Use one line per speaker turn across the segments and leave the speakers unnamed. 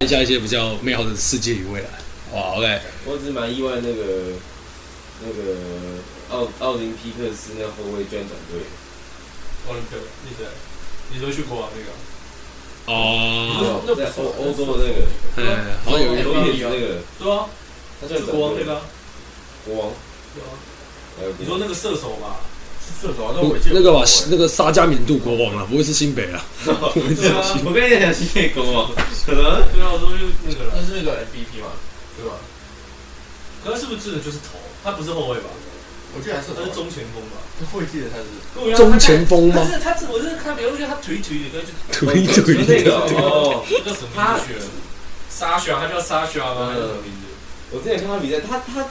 看一下一些比较美好的世界与未来。哇，OK，
我只是蛮意外那个那个奥奥林匹克斯那后卫居然转队了，
奥林匹克，那谁？你说去国啊那个？
哦，
那
在欧欧洲的那个
哎，好像有一
哎
个
有
国
一
王也
点
有
那个
对啊，
他居
就
然转
国王
队
那个
了
啊。
国王，
对啊
还有
你说那个射手 吧？
是射手啊，那我记得
那个吧
我，
那个沙加缅度国王了，不会是新北啊？
对啊，
我跟你讲是那国 王，什么？
对啊，我说就那个
那
了。
是那个 MVP 嘛，对吧？
可他是不是指的就是头？他不是后卫吧？
我记得还是
他是中前锋吧？
会记得他是
我觉得他
中前锋吗？
他 是他是我是看别人觉得他腿腿的，跟就
腿一
就那
腿
个
的，
哦，
那叫什么名字？沙宣，他叫沙宣吗？还是什么名字？
我之前看他比赛，他他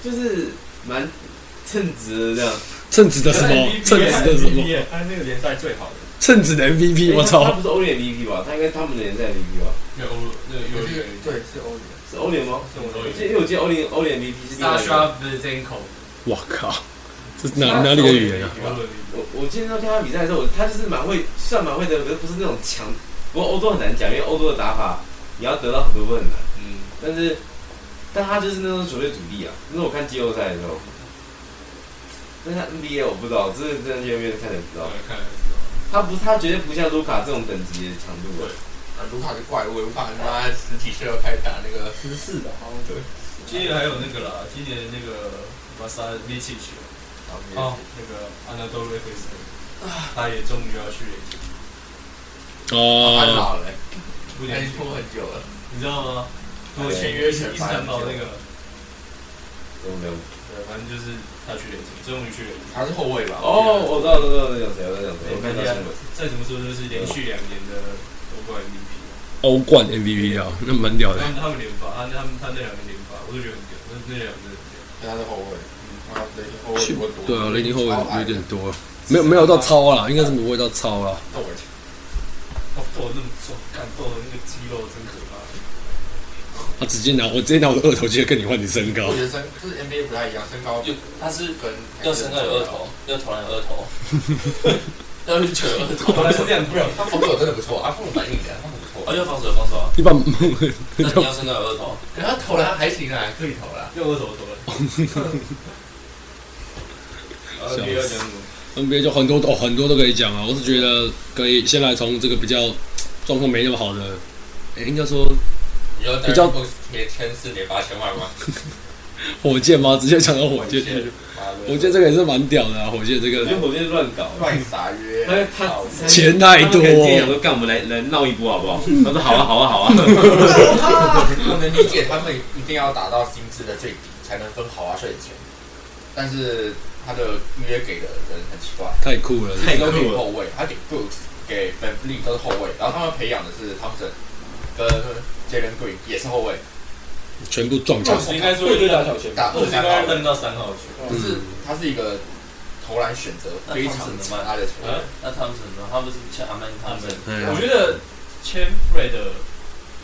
就是蛮称职的这样，
称职的什么？称职的什么？
他是那个联赛最好的，
称职的 MVP，我
他
操！
不是欧联 MVP 吧？他应该是他们的联赛 MVP 吧？
没有，那个有点。
对是欧联，
是欧联吗？
什么
我
东
记得
西？
因为我记得欧联欧联 MVP 是另
沙啊
外一个。
宣 Vzenko，
我靠，这是哪哪里的语言啊？
我我今天看他比赛的时候，我他就是蛮会，算蛮会得，可是不是那种强。不过欧洲很难讲，因为欧洲的打法你要得到很多分很难。
嗯，
但是，但他就是那种球队主力啊。那是我看季后赛的时候，但他 NBA 我不知道，这是真的 NBA 看的不知
对
道。，
看来知道。
他不，他绝对不像卢卡这种等级的强度啊。
啊，卢卡是怪物，卢卡他妈十几岁就开始打那个十四的，好像对，
今年还有那个啦，今年那个马萨维奇奇哦，那个安纳多瑞菲斯，
啊
他也终于要去联军，
他
哦，
老了，
不
他已
联
经
军，
拖很久了，
你知道吗？
我
我
签
签
约
约
前
伊斯坦堡那个，
我没有。
对，反正就是他去联军，终于去联军。
他是后卫吧？
哦，我知道，我知道我在讲谁，我在讲谁，我看到新闻。
再怎么说就是连续两年的欧冠 MVP。
欧冠 MVP 啊，那蛮屌的
他。们他们连发，他他们他那两个连发，我都觉得很屌，那那两个真的很屌。
他是后卫，他雷霆后卫
去
多多，
对啊，雷霆后卫有点多，没有没有到超啦，应该是不会到超啦。
斗而
哦，斗得那么壮，干斗的那个肌肉真可怕。
他直接拿我直接拿我的二头肌来跟你换你身高
我，觉得身就是 NBA 不太一样，身高
就他是
跟
要身高有二头，，要投篮有 二头，要运球有二头，
本来是这样，不然
他防守真的不错，他防守蛮硬的，他不错，
而且防守有防守啊，
一般
那你要身高有二头，
然后投篮还行啊，可以投篮。
用我手投了。
呃，
笑
不要讲什么。
NBA 就很多哦，很多都可以讲啊。我是觉得可以先来从这个比较状况没那么好的，诶应该说
你要
比较
年签四年八千万吗？
火箭吗？直接讲到火箭，呃火箭这个也是蛮屌的啊。火箭这
我
个
觉得火箭乱搞，
乱撒约，
他他他
钱太多
他们可能今天想说干，我们来来闹一波好不好？他说好啊，好啊，好啊。
我能理解他们一定要达到薪资的最低才能分豪华税的钱，但是他的约给的人很奇怪，
太酷了，
太
他
酷
都给
了
后卫，他给 Brooks 给 Van v l e e 都是后卫，然后他们培养的是 Thompson 跟 Jalen Green 也是后卫，
全部撞墙。
应该说对打小前
锋
我应该扔到三号去。
就是他是一个投篮选择非常差的球员。
那汤姆森呢？他不是签阿曼汤森？
哎
我觉得签 Fred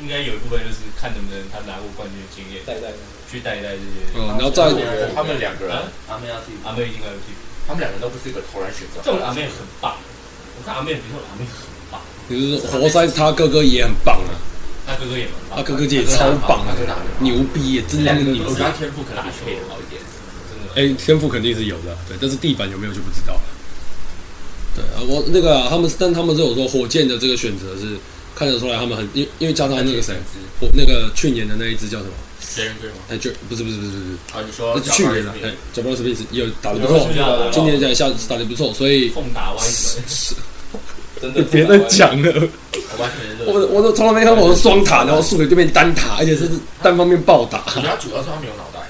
应该有一部分就是看能不能他拿过冠军的经验，
代代
去带一带这些。
哦，然后
但
再
我觉得他们两个人，
啊，
阿曼要替 补
阿，妹应该有替补。
他们两个都不是一个投篮选择。
但我觉得阿妹很棒，我看阿妹比如说阿妹很棒，
你是活塞，他哥哥也很棒啊，
他哥哥也蛮棒
他，哥哥姐也超棒啊
他，跟他们
牛逼耶，真的牛逼
我觉。得
天赋可
能
打
比
球
球
好一点。
真的。
哎，天赋肯定是有的，对，但是地板有没有就不知道了。对啊，我那个、啊、他们，但他们是有说火箭的这个选择是看得出来，他们很因因为加上那个谁，我那个去年的那一支叫什么？
，Jalen Green 吗？
哎，就不是不是不是不是，
啊，你说
那是去年的，哎，贾布罗斯也是也有打得不错，
哦
今年在下打得不错，所以
痛打歪门，
真的
别再讲了，
我完全认
我我都从来没看过我的双塔，然后输给对面单塔，而且是单方面暴打。
我觉得他主要是他没有脑袋，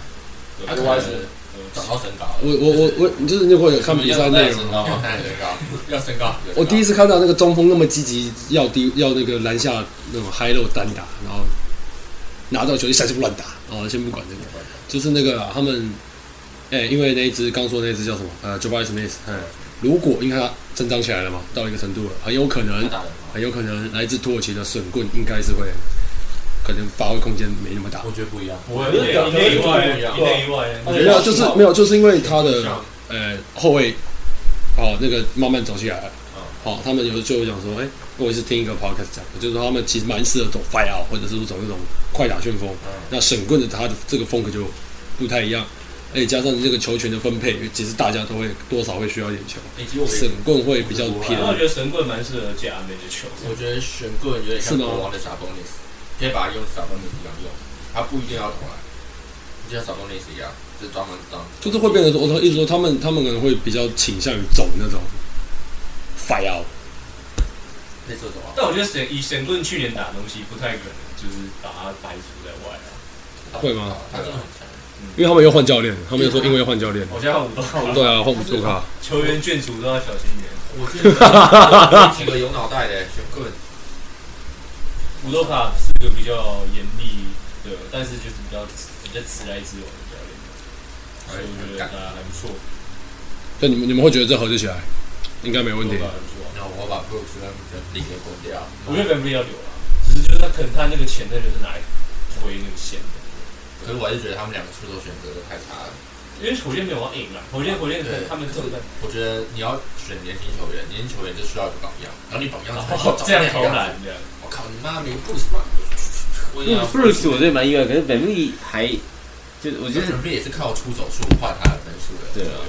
他主
对
要是长高身高。
我我我我，就是如果有看比赛内容
身
啊，
高
要
吗？
看身高，要身高。
我第一次看到那个中锋那么积极，要低要那个篮下那种 high low 单打，然后拿到球就下去乱打，哦，先不管这个，就是那个啊他们，哎、因为那一只刚说那一只叫什么？呃 j o b a r Smith，哎，如果应该他成长起来了嘛，到一个程度了，很有可能，
打得
很有可能来自土耳其的笋棍应该是会，可能发挥空间没那么大。
我觉得不一样，
我一内一外，一内一外。
没有，就是没有，就是因为他的哦呃后卫，哦，那个慢慢走起来了。好、他们有就有讲说，哎、我也是听一个 podcast 讲的，就是说他们其实蛮适合走 fire out，或者是走那种快打旋风。那神棍的他的这个风格就不太一样，而且加上这个球权的分配，其实大家都会多少会需要一点球。
以及我们
神棍会比较偏
然后我觉得神棍蛮适合借阿妹的球，
我觉得选个人有点像
是吗
国王的傻崩 s 可以把它用傻崩 s 一样用，他不一定要投篮，就像傻崩 s 一样，就是专门当
就是会变成说，我一直说他们他们可能会比较倾向于走那种 fire out。
那射手啊。
但我觉得神以神棍去年打的东西不太可能，就是把他排除在外啊。
会吗
他真的很强，
因为他们要换教练，他们又说因为要换教练。
嗯
我现在五到
对啊，换不住卡。
球员眷属都要小心一点。
我觉得几个有脑袋的选个人，
五多卡是个比较严厉的，但是就是比较比较直来直往的教练，
哎
所以我觉得打得还不错，
就你们你们会觉得这合得起来，应该没问题
打。得还不错啊。
那我把 Brooks 跟 b 给关掉。
我觉得本不要留啊，只是就是他可能他那个钱真的是拿来推那个线的，
可是我还是觉得他们两个出手选择都太差了。
因为火箭没有要赢啊，火箭火箭可能他们特别
我觉得你要选年轻球员，年轻球员就需要有榜样，然后你榜样才
哦这样投篮。这样，
我靠，你妈没 Brooks 吗？
我
因为
要
Bruce 我对蛮意外，可是本利还就是我
我
觉得
觉得准备也是靠出手数换他的分数的。
对啊，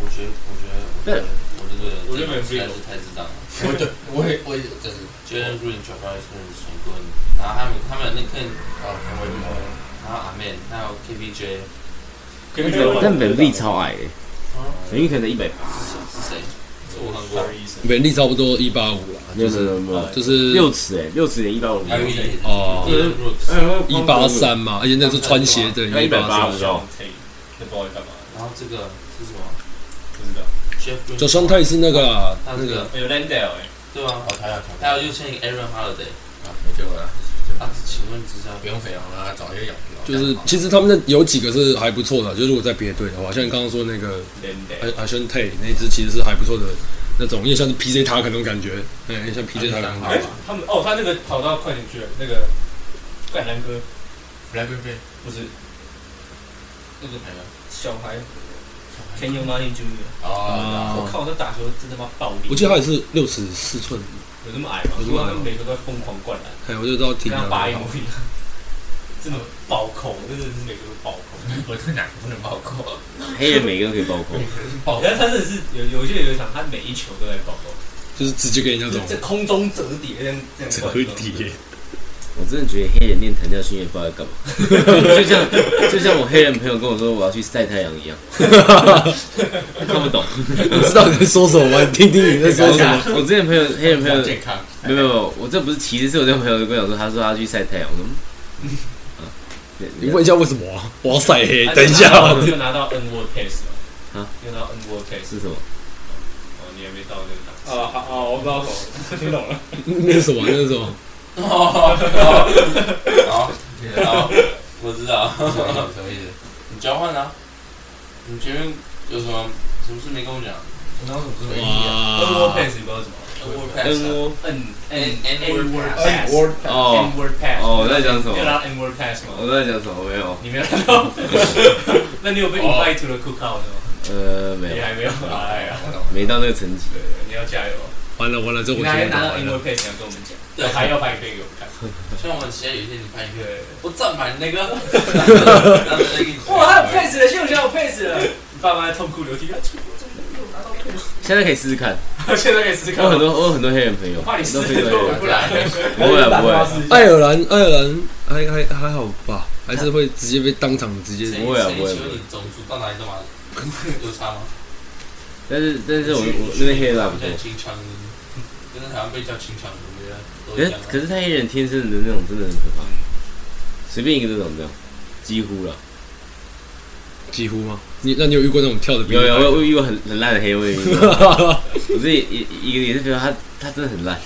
我觉得我觉得我觉得
我觉得没有必
实
要
在是太智障了。
我对，我也我也真是
Jalen Green、j a m a r i Smith、神棍，然后他们他们那个哦，我也不懂然后阿妹，还有 KPJ
可能
但本利超矮的，本利可能一百八，
是谁？是我看过
二。一三，
本力差不多一八五啦，
没有没有没有，
就是
六尺哎，六尺也一百五，
还有一点
哦
，Jalen Brooks，
一八，三嘛，而且那是穿鞋对
要
一八
180
三。
不知道
小 T，那不知道在干嘛，
然后这个是什么
不知道。
？Jeff Green，
就双泰是那个啦，
他
那
这
个
个
哎有 Landale 哎，
对
哦，
吧？
他要投
还有就像 Aaron Holiday
啊，没救了，
啊，请问之下
不用培啊养了，找一些养
就是其实他们那有几个是还不错的，就如果在别队的话，像你刚刚说那个
Landale，
阿阿轩泰那一支其实是还不错的那种，因为像是 PJ 塔克那种感觉，哎，有点像 PJ 塔克那种感觉。
哎，他们哦，他那个跑到快点去了，那个盖兰哥
来边边，
不是那个
哎呀
小孩 Kenyon Martin Jr。
哦，
我靠，那打球真他妈暴力！
啊我记得他也是六尺四寸，
有那么矮吗？
有那么矮
我说
吗
他们每个都在疯狂灌篮，
哎，我就知道挺
跟他
好
八一模一样，真的暴扣，真的是每个都暴 扣。
我这哪个不能包括？
黑人每个都可以爆扣，
包
但他真的是有有些有一场，他每一球都在暴扣，
就是直接给人家这
就
种
是在空中折叠这样这样
折
灌
叠。
我真的觉得黑人练弹跳训练不知道在干嘛，就像就像我黑人朋友跟我说我要去晒太阳一样，看不懂。
我知道你在说什么，我听听你在说 什么。
我我之前朋友黑人朋友
健康，
没有没有没有，我这不是歧视，是我这朋友跟我讲说，他说他去晒太阳，我说嗯，啊
你问一下为什么啊？我要晒黑
啊。
等一下啊，
你有拿到 N word pass 吗？
啊，
你有拿到 N word pass
是什么？
哦，你还没到那个档次。
啊好好，我不知道
听懂了。
那是什么？那是什么？
哦，
好，好，
我知道，
什么意思？
你交换啊，你前面有什么什么事没跟我讲
我刚刚怎么
N word
哇！
pass 你不知道什么
？N
N
O
O
？N N
N- N word
word
pass
pass。
哦
N word pass。
哦，我在讲什
你有
么？
拿到 N word pass 吗？
我在讲什么？没有，
你没有拿到？那你有被 invite to the cookout 吗？
呃，没
你
有，
还没有，哎呀，
我懂，
没到那个层级。
对，你要加油！
完了完了，这
你
我
还
听不
拿
懂
到
完
英文
了。
配想跟我们讲，对，还要拍可以给我们看。
像我们其他有些你拍 一个，
对，
我站满那个，然后那个
哇，配死了，秀秀配死了！你爸妈痛哭流涕，啊出国怎么没有拿到配置？
现在可以试试看，
现在可以思
我有
考
很，多我有很多黑人朋友，
怕你
都
死
非常
都
黑
回
人
不来。
不会啊不会啊，
爱尔兰，爱尔兰还还还好吧，还是会直接被当场直接
谁
不会啊
谁
不会
请
不
问
会
你种族到哪里都嘛？有差吗？
但是但是我我那边黑人还不多
对，，清腔的，真的好像被叫清腔的，我觉得都
可
一
是
样啊。
可是他黑人天生的那种真的很可怕，随便一个都长这样，几乎了。
几乎吗？你那你有遇过那种跳的比
有
你
有
高
我我遇过很很烂的黑位，我自己一一个也是觉得他他真的很烂，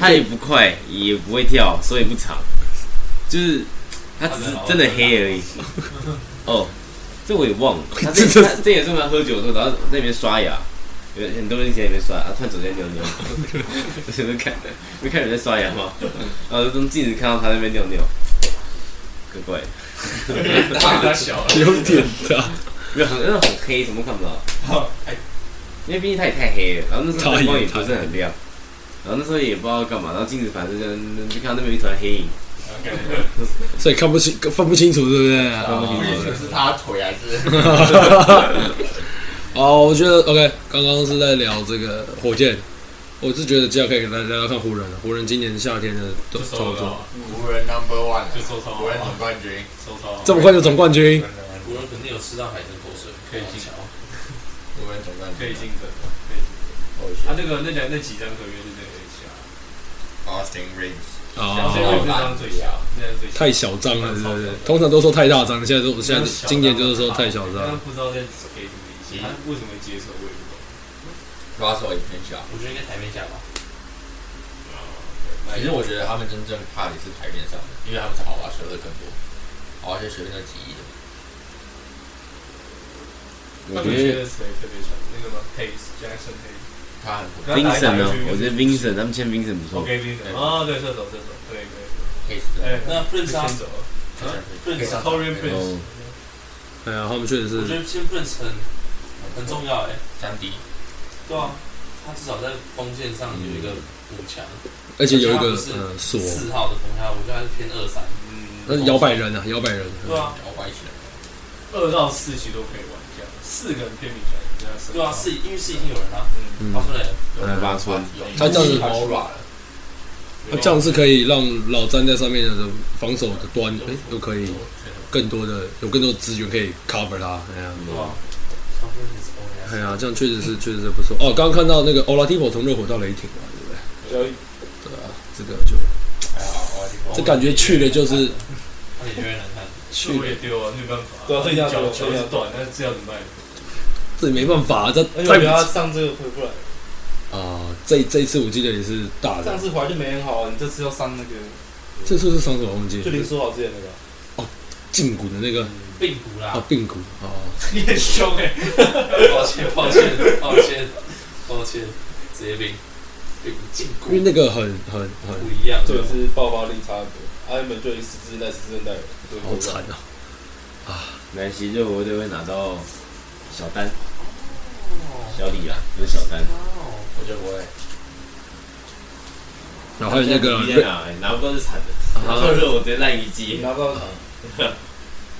他也不快，也不会跳，手也不长，就是他只是真的黑而已。哦，这我也忘了。他这他这也是我们喝酒的时候，然后在那边刷牙，有很多人一起在那边刷，啊，突然走在尿 尿，我就看没看有人在刷牙吗？然后就从镜子看到他在那边尿尿，怪怪的，
大家小了，
有点大，
没有很那种很黑，什么都看不到。
好，
因为毕竟它也太黑了，然后那时候
太
灯光也
太
不是很亮，然后那时候也不知道干嘛，然后镜子反正就就看到那边有一团黑影，
所以看不清分不清楚， 对不对？
看不
不
清
清
楚
楚是他腿还是
哦，我觉得 OK，刚刚是在聊这个火箭，我是觉得接下来可以来聊聊看湖人了。湖人今年夏天的
就
操
收到
作，
啊，
湖人 number one，
就收到啊，
湖人总冠军，
收到啊，
这么快就总冠军，
湖人肯定有吃到海参口水，
可以进
湖人总冠
可以
军，
竞争，可
Oh
以竞争。啊，那个那两那几张合约是哪个啊下？
Austin Reeves，
像现在
哦，
这张最小，那张最小。
太小张了，对不对？通常都说太大张，现在都现在今年就是说太小
刚刚
张。
不知道在给什么意思，他为什么接受我也不懂。
Russell 也很小。
我觉得应该台面下吧，
其实我觉得他们真正怕的是台面上的，因为他们是好玩学的更多，好玩学学那几亿的，
我
那你
觉
觉
得
得谁特别强？那个吗？Hayes Jackson Hayes。
他很不
Vincent 哦，我觉得 Vincent 他们签 Vincent
嗯
不错
OK Vincent。哦，对，射手射手，对对。
可以的。
哎，
那 Prince 啊
先走了。
可以上场
Torian
没有
Prince
哦。
哎呀，他们确实
我觉
是
得先 Prince 很很重要哎、
三 D，
哦
对啊，他至少在锋线上有一个补强，
而且有一个
而且他
呃
们
锁，
四号的锋线，我觉得他是偏二三，
那
嗯，
是摇摆人啊，摇摆人。
对啊，
然后玩一起来，
二到四其实都可以玩这样，四个人偏比起来，人家是
对啊，是因为是已经有人啦、
嗯，
嗯
他，出来了，
嗯八村，
他这样子
好软了，
那这样是可以让老詹在上面的防守的端，哎，都可以更多的有更多资源可以 cover 他。哎呀，
对啊，他 Prince 是 OK
哎
啊，
呀，这样确实是确实是不错。哦，刚刚看到那个 Oladipo 从热火到雷霆嘛，对不对？
交易
对啊，这个就
还好玩
这感觉去了就是
他也觉得难看，
去
我
了，
也丢啊，没办法。
对啊这一定要
脚
丢
球是短，但是这要怎么办？
这没办法，这
哎
而且我觉得他
再
上这个回不来，
啊，这这一次我记得也是大
上
的，
次怀就没很好啊，你这次要上那个，
这次是上什么忘记
就？林书豪之前那个啊，
胫骨的那个
并不啦
啊，，髌骨哦，
你很凶哎。
抱歉，抱歉，抱歉，抱歉，直接并并不禁
因为
锢，
那个很很很
不一样，
这个是爆发力差很多，阿本就一四支在十字韧带，对
好惨啊！
没关系，热火队会拿到小丹，小李啊，不是小丹，
我觉得我也
然后还有那个
现在
瑞
比赛啊拿不到是惨的，拿
啊
到热火直接烂一
你
季，
拿到，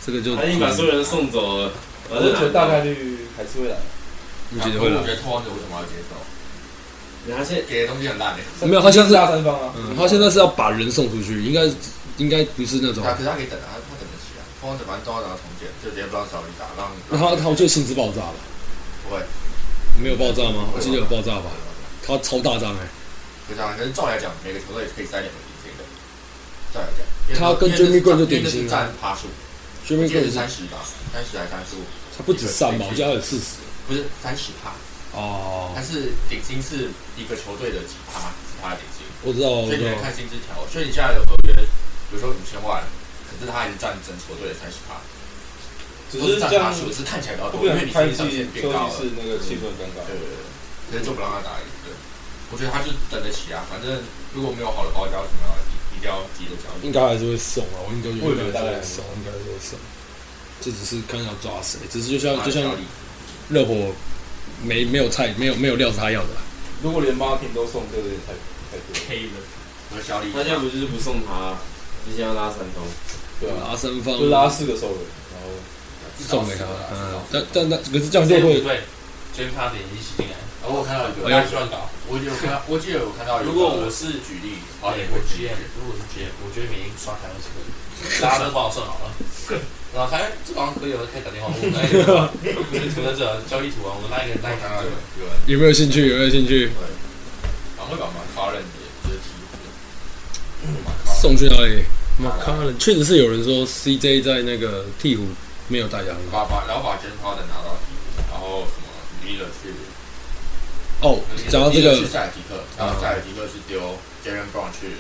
这个就嗯
他已经把所有人送走了，
我就觉得大
概
概率还是会来，
你觉得会
我觉
来？
得拓荒者为什么要接受？
他现在
给的东西很烂诶，
没有他现在是
大三方啊，
嗯，他现在是要把人送出去，应该应该不是那种
他。可是他可以等啊，他等得起啊。拓荒者反正都要打到重建，就直接不让小李打，让
那他他我记得薪资爆炸吧？
不会，
没有爆炸吗？我记得有爆炸吧？他超大张哎、
不是啊，可是照来讲，每个球队可以塞两个顶薪的。照来讲，
他跟 Jimmy Green 就顶薪了
占趴数，
j i
我
m
记得是三十吧，三十还是三十五？
他不止三吧，我记得他有四十。
不是三十趴，
哦，
但是顶薪是一个球队的几趴，几趴的顶薪，
我知道，我
所以
知
你
道
能。看薪资条。所以你现在的合约，比如说五千万，可是他还是占整球队的三十趴，
只
不
是
占
这
趴
样，
数，只是看起来比较
会
多，
不
因为
然
你
开
薪
季休息
资变高了。
室那个气氛尴尬。
对对对，可是就不让他打，对。我觉得他就等得起啊，反正如果没有好的包夹，为什么要一定要自己的交易？
应该还是会送啊，我应该
我
觉
也觉得
得大
大概
概送，应该是会送。这只是看要抓谁，只是就像就
小
像
李
热火没没有菜，没有没有料是他要的啊。
如果连 Martin 都送，这个有点太太多了，
黑人，
和小李，
他现在不就是不送他，之前要拉三通，
对啊，
拉三方
就拉四个手人，然后
送给他，嗯
嗯，，
但但但可是这样就
对
会
不对？James Harden 一起进来，
然后我看到一个，
哎呦
乱乱搞。
我有看到，我记得有看到一个。
如果我是
举例，
好
好
点
点会
我 GM，如果是 GM，我觉得每天刷台湾新闻，大家都帮我算好了。然后看这个好像可以，我就开始打电话问，哎，我的图在这交易图啊，我们拉一个人拉
那
一
看到有
个。
有人
有没有兴趣？有没有兴趣？
蛮会把马卡人也就是提出马卡
送去哪里？马卡伦确实是有人说 CJ 在那个鹈鹕没有打赢
把把然后把真花的拿到鹈鹕，然后什么离了去，
哦。讲到这个
去塞尔提克，然后塞尔提克是丢 Jaren Brown 去，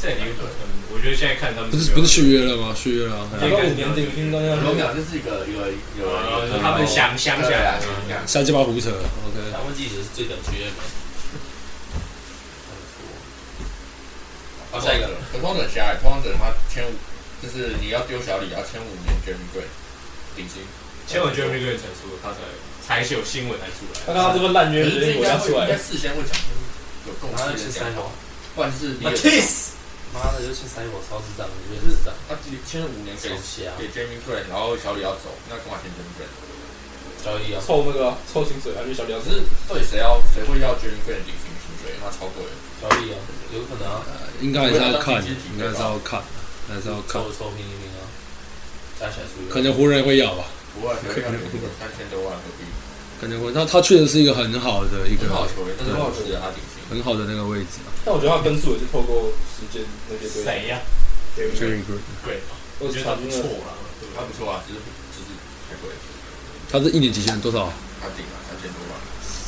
这里面可能，我觉得现在看他们
不是不是续约了吗？续约了啊，
打到五年顶薪都要
我们讲这是一个一个有人
他们想想
对
想，
啊，想想
瞎鸡巴胡扯。OK，
台湾记者是最屌 GM 的。好，下一个，
可通者下来，通者他签五，就是你要丢小李，要签五年 Jaren Green 顶薪，
前我 Jeremy Green 才说他才才是有新闻才出
看
来，
到他这个烂约，
可
直
是这
接
应
给
该
他
会
出
应该
来，
事先会讲，有共
然后
识
去
的
塞
讲法，，
我
不然是你也
Kiss，
妈的就去塞我，超智障，你认识长，
他签了五年给
超瞎，
给 Jamie Green，然后小李要走，那干嘛签 Jamie Green？
交易啊，
凑那个啊凑薪水啊，就小屌
可
丝
是到底谁要谁会要 Jamie Green 领薪水？他超贵的，
交易啊，有可能啊，
呃应该还是要看，应该还是要看，还是要看
抽，抽拼一拼啊，加起来出
可能湖人会要吧。
不会啊谁会要领薪水三千多万何必？
可能会，那他确实是一个很好的一个
很好球员，但是不值得他顶薪。
很好的那个位置啊
但我觉得他分数也是透过时间那些堆
谁呀？
，Jerry Green，
对，
我
我觉
觉得他
得他不
不
错
错
啦，对
他
吧？
不错啊，只是只是太贵了，
他这一年级限多少？
他顶了三千多万。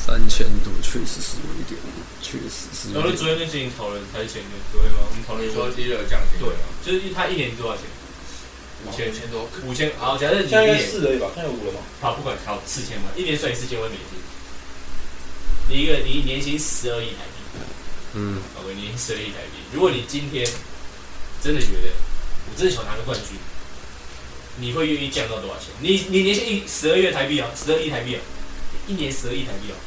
三千多，确实是有一点，确实是
然
有
后
一
昨
点。
天跟杰影讨论，还是前天昨天吗？我们讨论
哦你
说
说，第一个降薪
对，啊就是他一年多少钱？五千
五千多，
五千，好，假设你一
现在应该
年，
四而已吧，现在有五了嘛，
好，不管好四千万，一年算你四千万美金。你一个你年薪十二亿台币，
嗯，
好，我年薪十二亿台币。如果你今天真的觉得我真的想拿个冠军，你会愿意降到多少钱？你你年薪一十二亿台币啊，十二亿台币啊，一年十二亿台币啊，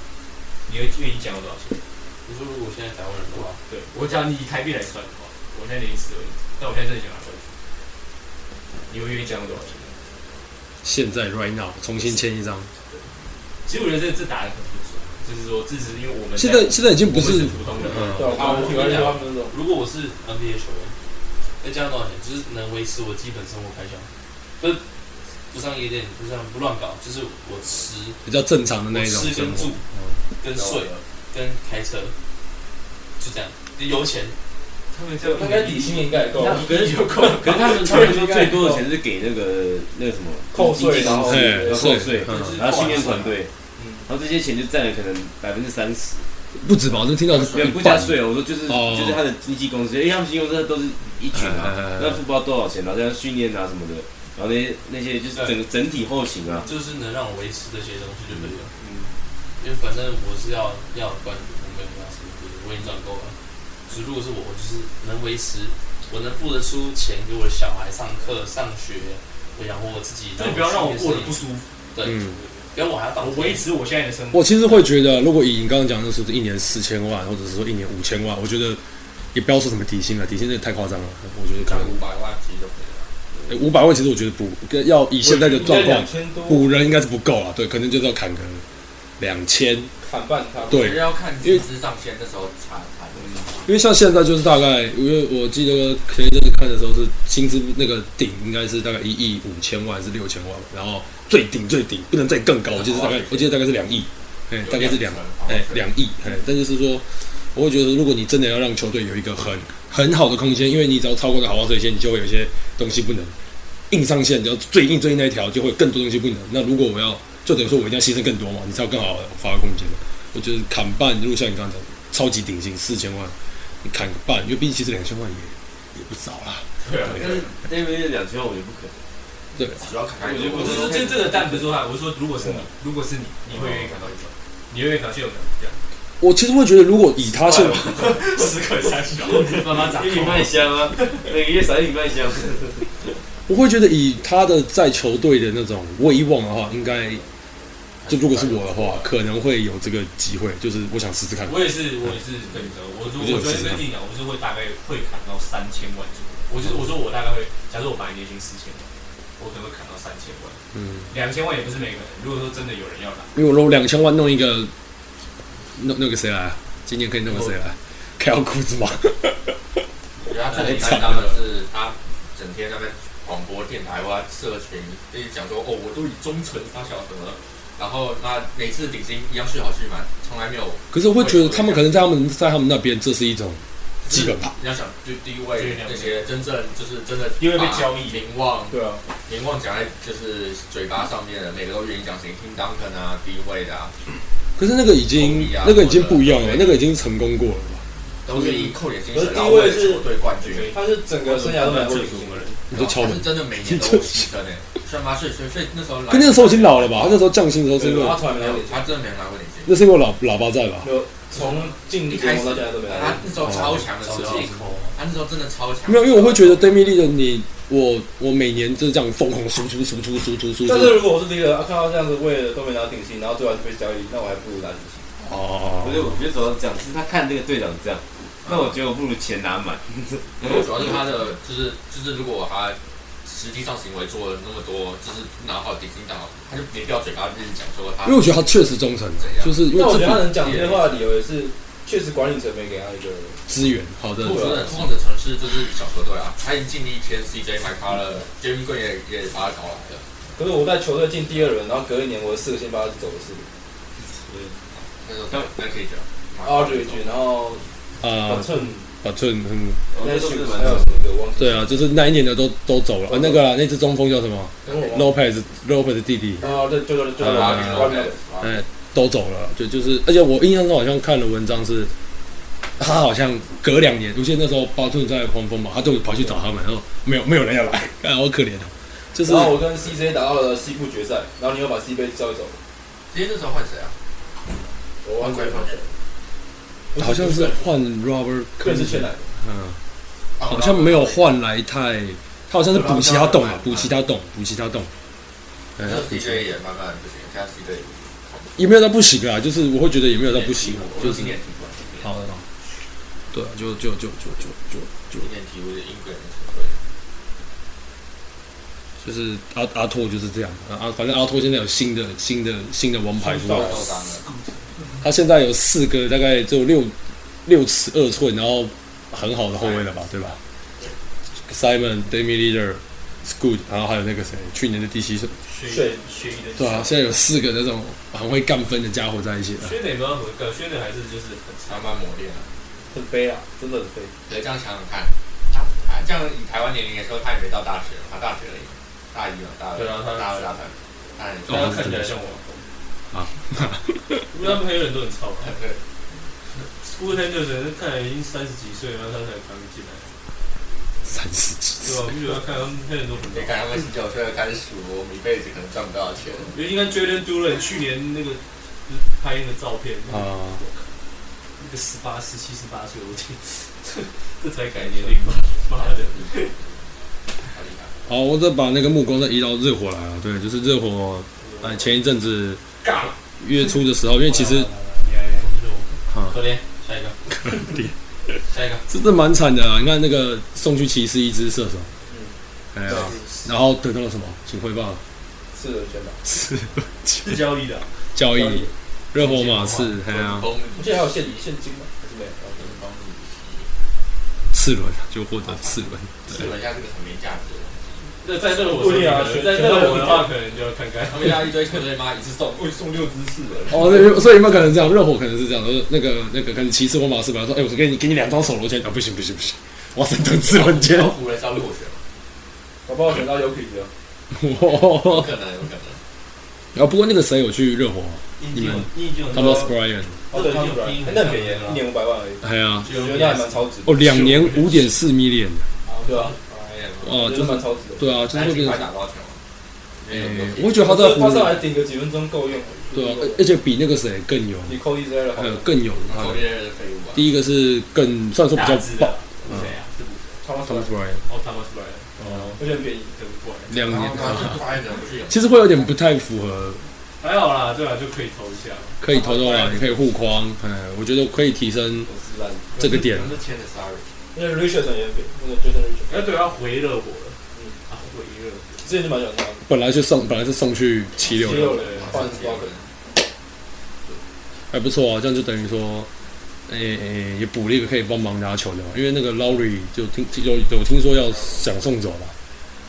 你会愿意降到多少钱？
你说如果现在台湾人的话，
对我只要你以台币来算的话，我现在年薪十二亿，但我现在真的想拿冠军，你会愿意降到多少钱？
现在 right now 重新签一张，
其实我觉得这这打的很不错，就是说支持，因为我们
现在现在已经不
我们
是
是普通人，
嗯
对啊，
啊
我
我
们挺关
跟你
心
讲
他们那种，
如果我是 NBA 球员，再加上多少钱，就是能维持我基本生活开销，不是不上夜店，不上不乱搞，就是我吃、
比较正常的
我
那一种
吃
生
跟
活
住。跟睡跟开车，就这样，油钱
他们叫
那应该嗯底薪应该也够啊，
可是有空，
可是他们他们说最多的钱是给那个那个什么
扣税啊然后
嘿，
扣税
是，嗯
就是
然后训练团队
啊
嗯，
然后这些钱就占了可能百分之三十，
嗯不止吧？我就听到是
对，
一
不加
半。
税哦。我说就是
哦
就是他的经纪公司，因为他们经纪公司都是一群
哎哎哎哎
啊，那付不知道多少钱，然后像训练啊什么的，然后那些那些就是整个整体后勤啊，
就是能让我维持这些东西就可以了。
嗯
因为反正我是要要冠军，我没有要什么别的，我已经赚够了。只如果是我，我就是能维持，我能付得出钱给我的小孩上课、上学，我养活我自己。
就不要让我过得不
舒
舒服，
嗯，
不要我还要
我
当
维持我现在的生活。
我其实会觉得，如果以你刚刚讲的数字，一年四千万，或者是说一年五千万，我觉得也不要说什么底薪了，底薪这太夸张了。我觉得可
降
能哎
五百万其实就可以了。
五百万，其实我觉得不跟要以现在的状况
两，千多
补人应该是不够了。对，可能就是要砍个两千。
砍半他，
对
其实，要看薪资上限那时候差差多少。
因为像现在就是大概，因为我记得前一阵子看的时候是薪资那个顶应该是大概一亿五千万还是六千万，然后最顶最顶不能再更高，我记得大概我记得大概是两亿，哎，大概是两
嗯
哎两亿，哎，但就是说，我会觉得如果你真的要让球队有一个很很好的空间，因为你只要超过了好花税线，你就会有一些东西不能硬上限，只要最硬最硬那一条就会有更多东西不能。那如果我要就等于说我一定要牺牲更多嘛，你才有更好的发挥空间嘛。我觉得砍半，如果像你刚刚讲的，超级顶薪四千万，你砍个半，因为毕竟其实两千万也也不少啦。
对啊，
但是那边两千万我就不可能。
对，
只要砍
我
开
觉得
我是说真正的蛋不是说啊他，我是说如果是你，如果是你，你会愿意砍到一种，你会愿意砍到这种这样，
我其实会觉得，如果以他现在，
十个三小，慢慢涨
一。米半箱啊，每个月少一米半箱。
我会觉得以他的在球队的那种威望的话，应该就如果是我的话，可能会有这个机会，就是我想试试看。
我也是，我也是跟你说，我说
我觉得啊
我昨天跟你讲，我是会大概会砍到三千万左右。我就我说我大概会，假设我本来年薪四千万，我可能会砍到三千万，
嗯，
两千万也不是每个人。如果说真的有人要拿，
因为我如果两千万弄一个，弄弄个谁来啊？今年可以弄个谁
哦
来？凯尔裤子 嘛，
我觉得他最厉害他的是他整天在那边广播电台或者社群一直讲说哦，我都以忠诚发小什么的，然后那每次顶薪一样去好去满，从来没有
可是我会觉得他们可能在他们在他们那边，这是一种基本盘。
你要想就第一位那些真正就是真的
因为被交易
名望
对啊，
名望讲在就是嘴巴上面的，每个都愿意讲谁听 Duncan 啊，第一位的啊，
可是那个已经
同意啊
那个已经不一样了
或，者
那个已经成功过了吧？
都愿意扣点薪
可
水，
是第
然
一
后为
位
了
是
球队冠军。
他是整个生涯都没有
这
过
组的人，
你就敲
他
门
是。真的每年都牺牲诶，虽然八岁，所以所以那时候来，
可那个时候已经老了吧？他那时候降薪的时候是因
对，
为
啊
他从来没有领
他真的没人来过顶薪。
那是因为我老老爸在吧？
没有从进
一
国
开始
到现在
啊
都没来
他
过。
那时候超强的时
找
候，
借口，
他那时候真的超强。
没有，因为我会觉得 d a m i l e 的你，我我每年就是这样疯狂输出输出输出输出
啊
但，是如果我是这个，看到这样子为了都没拿顶薪，然后最后还是被交易，那我还不如拿顶薪。
哦
我觉得我觉得主要是这样，是他看这个队长这样，那我觉得我不如钱拿满。
主要是他的就是就是如果他实际上行为做了那么多，就是拿好底薪打好，他就没必要嘴巴一直讲说他
因为我觉得他确实忠诚
怎，样
就是因
那
为
我
这
觉得他
笔
能讲这些话的理由也是，确实管理层没给他一个
资源好的
我觉得痛的城市就是小球队啊，他已经尽力签 CJ 买卡了，Jeremy Green 也也把他搞来了，
可是我在球队进第二轮，然后隔一年我的四个先发是走的是
那时候那可以讲。
a r d r i d 然后
啊，
Barton，
把寸嗯，
我觉
那
得
是
都是蛮
还有什么的忘记
对啊，就是那一年的都都走了，啊那个啦，那只中锋叫什么
了，我忘了。
？Lopez Lopez 的弟弟
哦，对，对对对，
啊
外面
哎，都走了，就就是，而且我印象中好像看了文章是，他好像隔两年，我记得那时候巴顿在黄蜂嘛，他就跑去找他们，然后没有没有人要来，哎，好可怜哦，就是
然后我跟 CJ 打到了西部决赛，然后你又把 C 杯交易走，
今天那时候换谁啊？
我忘记了，不
好像
不
是换 Robert，
个人是
啊
劝来的，
嗯，好像没有换来太，他好像是补其他洞啊，补其他洞，补其他洞，哎
那 CJ 也慢慢不行，现在 CJ
也没有到不行啊，就是我会觉得也没有到不行啊，
我
就
就是今年踢过，今年
好的，好对啊，就就就就就就就
今年踢过是英格兰球队，
就是阿阿拓就是这样啊，啊反正阿拓现在有新的新的新的王牌出来，
受伤了，
他现在有四个大概只有六六尺二寸，然后很好的后卫了吧，对吧？Simon、d a m i Leader、Scoot，然后还有那个谁，去年的第七顺，
对
薛一的
对啊，现在有四个那种很会干分的家伙在一起呃了。
薛磊没有回
哦
个，薛磊还是就是很差。
慢慢磨练了。
很飞啊，真的很飞。
对，这样想想看，他他这样以台湾年龄来说，他也没到大学，他大学而已，大一嘛，大二，
对啊他
大二大三，大
但
哦
二，
他看起来像我
啊，
因为他们还有很多很吵啊。
对，
School Henderson 看起来已经三十几岁，然后他才刚进来，
三十几
对吧？我不觉得看他们黑人都很
你
多。
看他们十九岁就开始数，我们一辈子可能赚不到钱。
因为应该 Jordan d u r a n 去年那个就是拍那个照片，那个
啊，
那个十八、十七、十八岁，我天， 这才改年龄吧？妈的！
好厉害！
好，我再把那个目光再移到热火来啊，对，就是热火，哎，前一阵子
尬了。
月初的时候，因为其实啊，
可怜， 下一个，下一个，
这这蛮惨的啊！你看那个送去骑士一支射手，嗯，哎呀，然后得到了什么？请汇报
四轮 全打，
是
是交易的啊，
交
交
易
易
热火马刺，哎呀，
风
我记得还有现现金吗？还是没有？哦
次轮就获得次轮，
四轮下这个很没价值。
那在热火
不一定啊
身
选
上在热火的话，可能就要看看。
他们家一堆球队妈一次送，我送六只四轮。
哦，那所以有没有可能这样？热火可能是这样，就是那个那个可能骑士或马刺，本来说，哎，我给你给你两张手螺签，啊，不行不行不行，我要三张次轮签
然，
哦
后湖人稍微我选，
我帮我选到 Yuki 的，
有
哇！
可能有可能。
然后不过那个谁有去热火啊
你
你们
你已
呃
经有那
t h o m
个
a Bryan，
哦对，Yuki 哎那很便宜，一年五百万而已，
哎呀，
我觉得那还蛮超值的
哦，，两年五点四 million，
对啊，
哦，
我觉
就
得
是
蛮超值的。
对啊，就是会变
他
成，
打多少球？
哎，我觉得他在湖
他
人
上来顶个几分钟够用，
对啊，而而且比那个谁更有，
比 Cody z e r 好
呃，，更有。
口碑的废物啊！
第一个是更算是比
打
较
字的
爆
啊，是谁啊？是不是
超出
Thomas
来，
Bryant
哦，Thomas Bryant，
哦，
而且很便宜。
对啊不过来。
两
然
年
后，他是白人不是有
其实会有点不太符合，
还好啦，对啊，就可以投一下。
可以投投篮，可以护框，
嗯
哎，我觉得可以提升
我是烂，
这个点
他。们是签的 Sorry，
因为 Richardson 也很便宜，那个 Jason Richardson，
哎，对啊，回热火了，嗯
嗯，
啊，回热火，
之前就蛮喜欢他的，
本来就送，本来是送去七六
七
的，
六人换 s p a r k
还不错啊，这样就等于说。诶、诶，也补了一个可以帮忙拿球的嘛，因为那个 Lowry 就听有有听说要想送走了，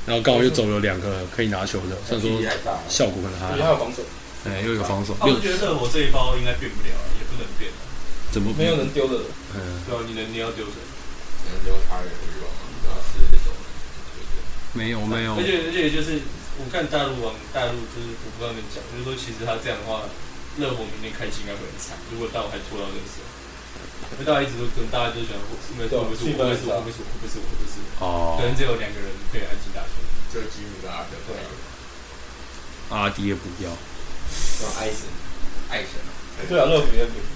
然后刚好又走了两个可以拿球的，虽然说嗯
太大了。
效果可
因
能还
为
好，
还有防守，
哎、又有防守，
啊，
又
我觉得热火这一包应该变不了啊，也不能变啊。
怎么
没有能丢的，
嗯，
对啊，你能你要丢谁？
只能留他人欲望嘛，然后是这种。
没有没有
而，且而且就是我看大陆网大陆就是我跟他们讲，就是说其实他这样的话，热火明年开季应该会很惨，如果到还拖到那个时候。因为大家一直都跟大家都讲，我没有会不会是我，会不会是我，会不会是我，会不会是我，会不会是我，
哦
可能只有两个人可以安静打球。
就是吉姆跟阿德对，
阿迪也不要，
然后 Ice，
爱神啊，
对啊，乐福也很便宜，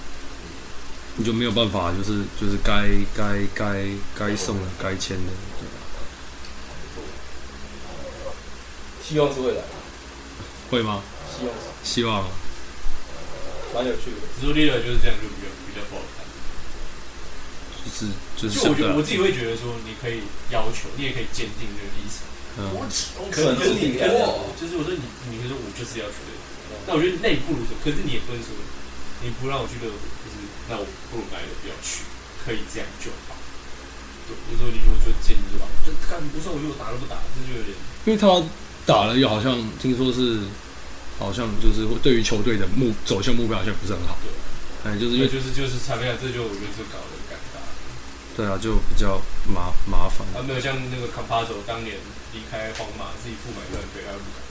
你就没有办法，就是就是该该该该送的该签的，对吧？
希望是未来，
会吗？
希望是。
希望啊
蛮有趣的。
植入 leader 就是这样，就比较比较不好看。
就是就是
就
像
我
这
觉得
样
我自己会觉得说，你可以要求，你也可以鉴定这个立场。
嗯
我只我
可能
就是
是你
你可是
要
就是我说你，你可以说我就是要去勒索。那我觉得那你不如说，可是你也不能说你不让我去勒索，就是那我不如买了不要去，可以这样就好。对，我说你如果说鉴定就好，就干不算我就打都不打，这就有点
因为他打了又好像听说是，好像就是会对于球队的目走向目标好像不是很好，哎，就是因为
对，就是就是差别啊，这就我觉得就搞得很尴尬。
对啊，就比较麻麻烦。
他没有像那个 Campazzo 当年离开皇马自己付买断费，他不敢。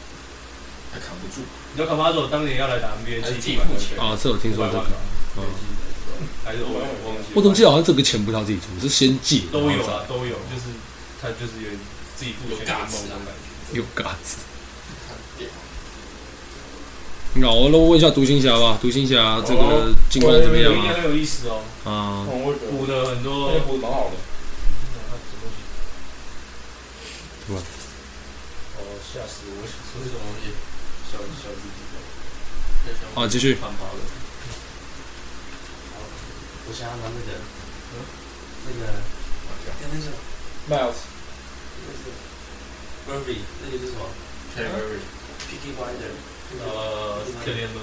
还扛不住，
你知道 Campazzo 当年要来打 NBA
还
自己
是自己
买断
付
费
钱，
啊，这有听说这个，嗯，
还是偶尔我忘记了。
我怎么记得好像这个钱不是他自己出，是先借
都有
啊
啊，，都有，就是他就是有自己付钱的梦那种感
有
觉。
嘎子。那我那我问一下独行侠吧，独行侠这个近况怎么样
有一年很有意思哦，
啊？啊，
嗯，我也觉得
补的很多
那，补的蛮好的。
对吧
哦，吓死我！说什么东西？小小弟弟
好，继续
的，。胖包的，
我想要拿那个，那个，跟那个
Miles，
Murphy，那个是什么
太 very
？Picky Winder，
呃，可怜的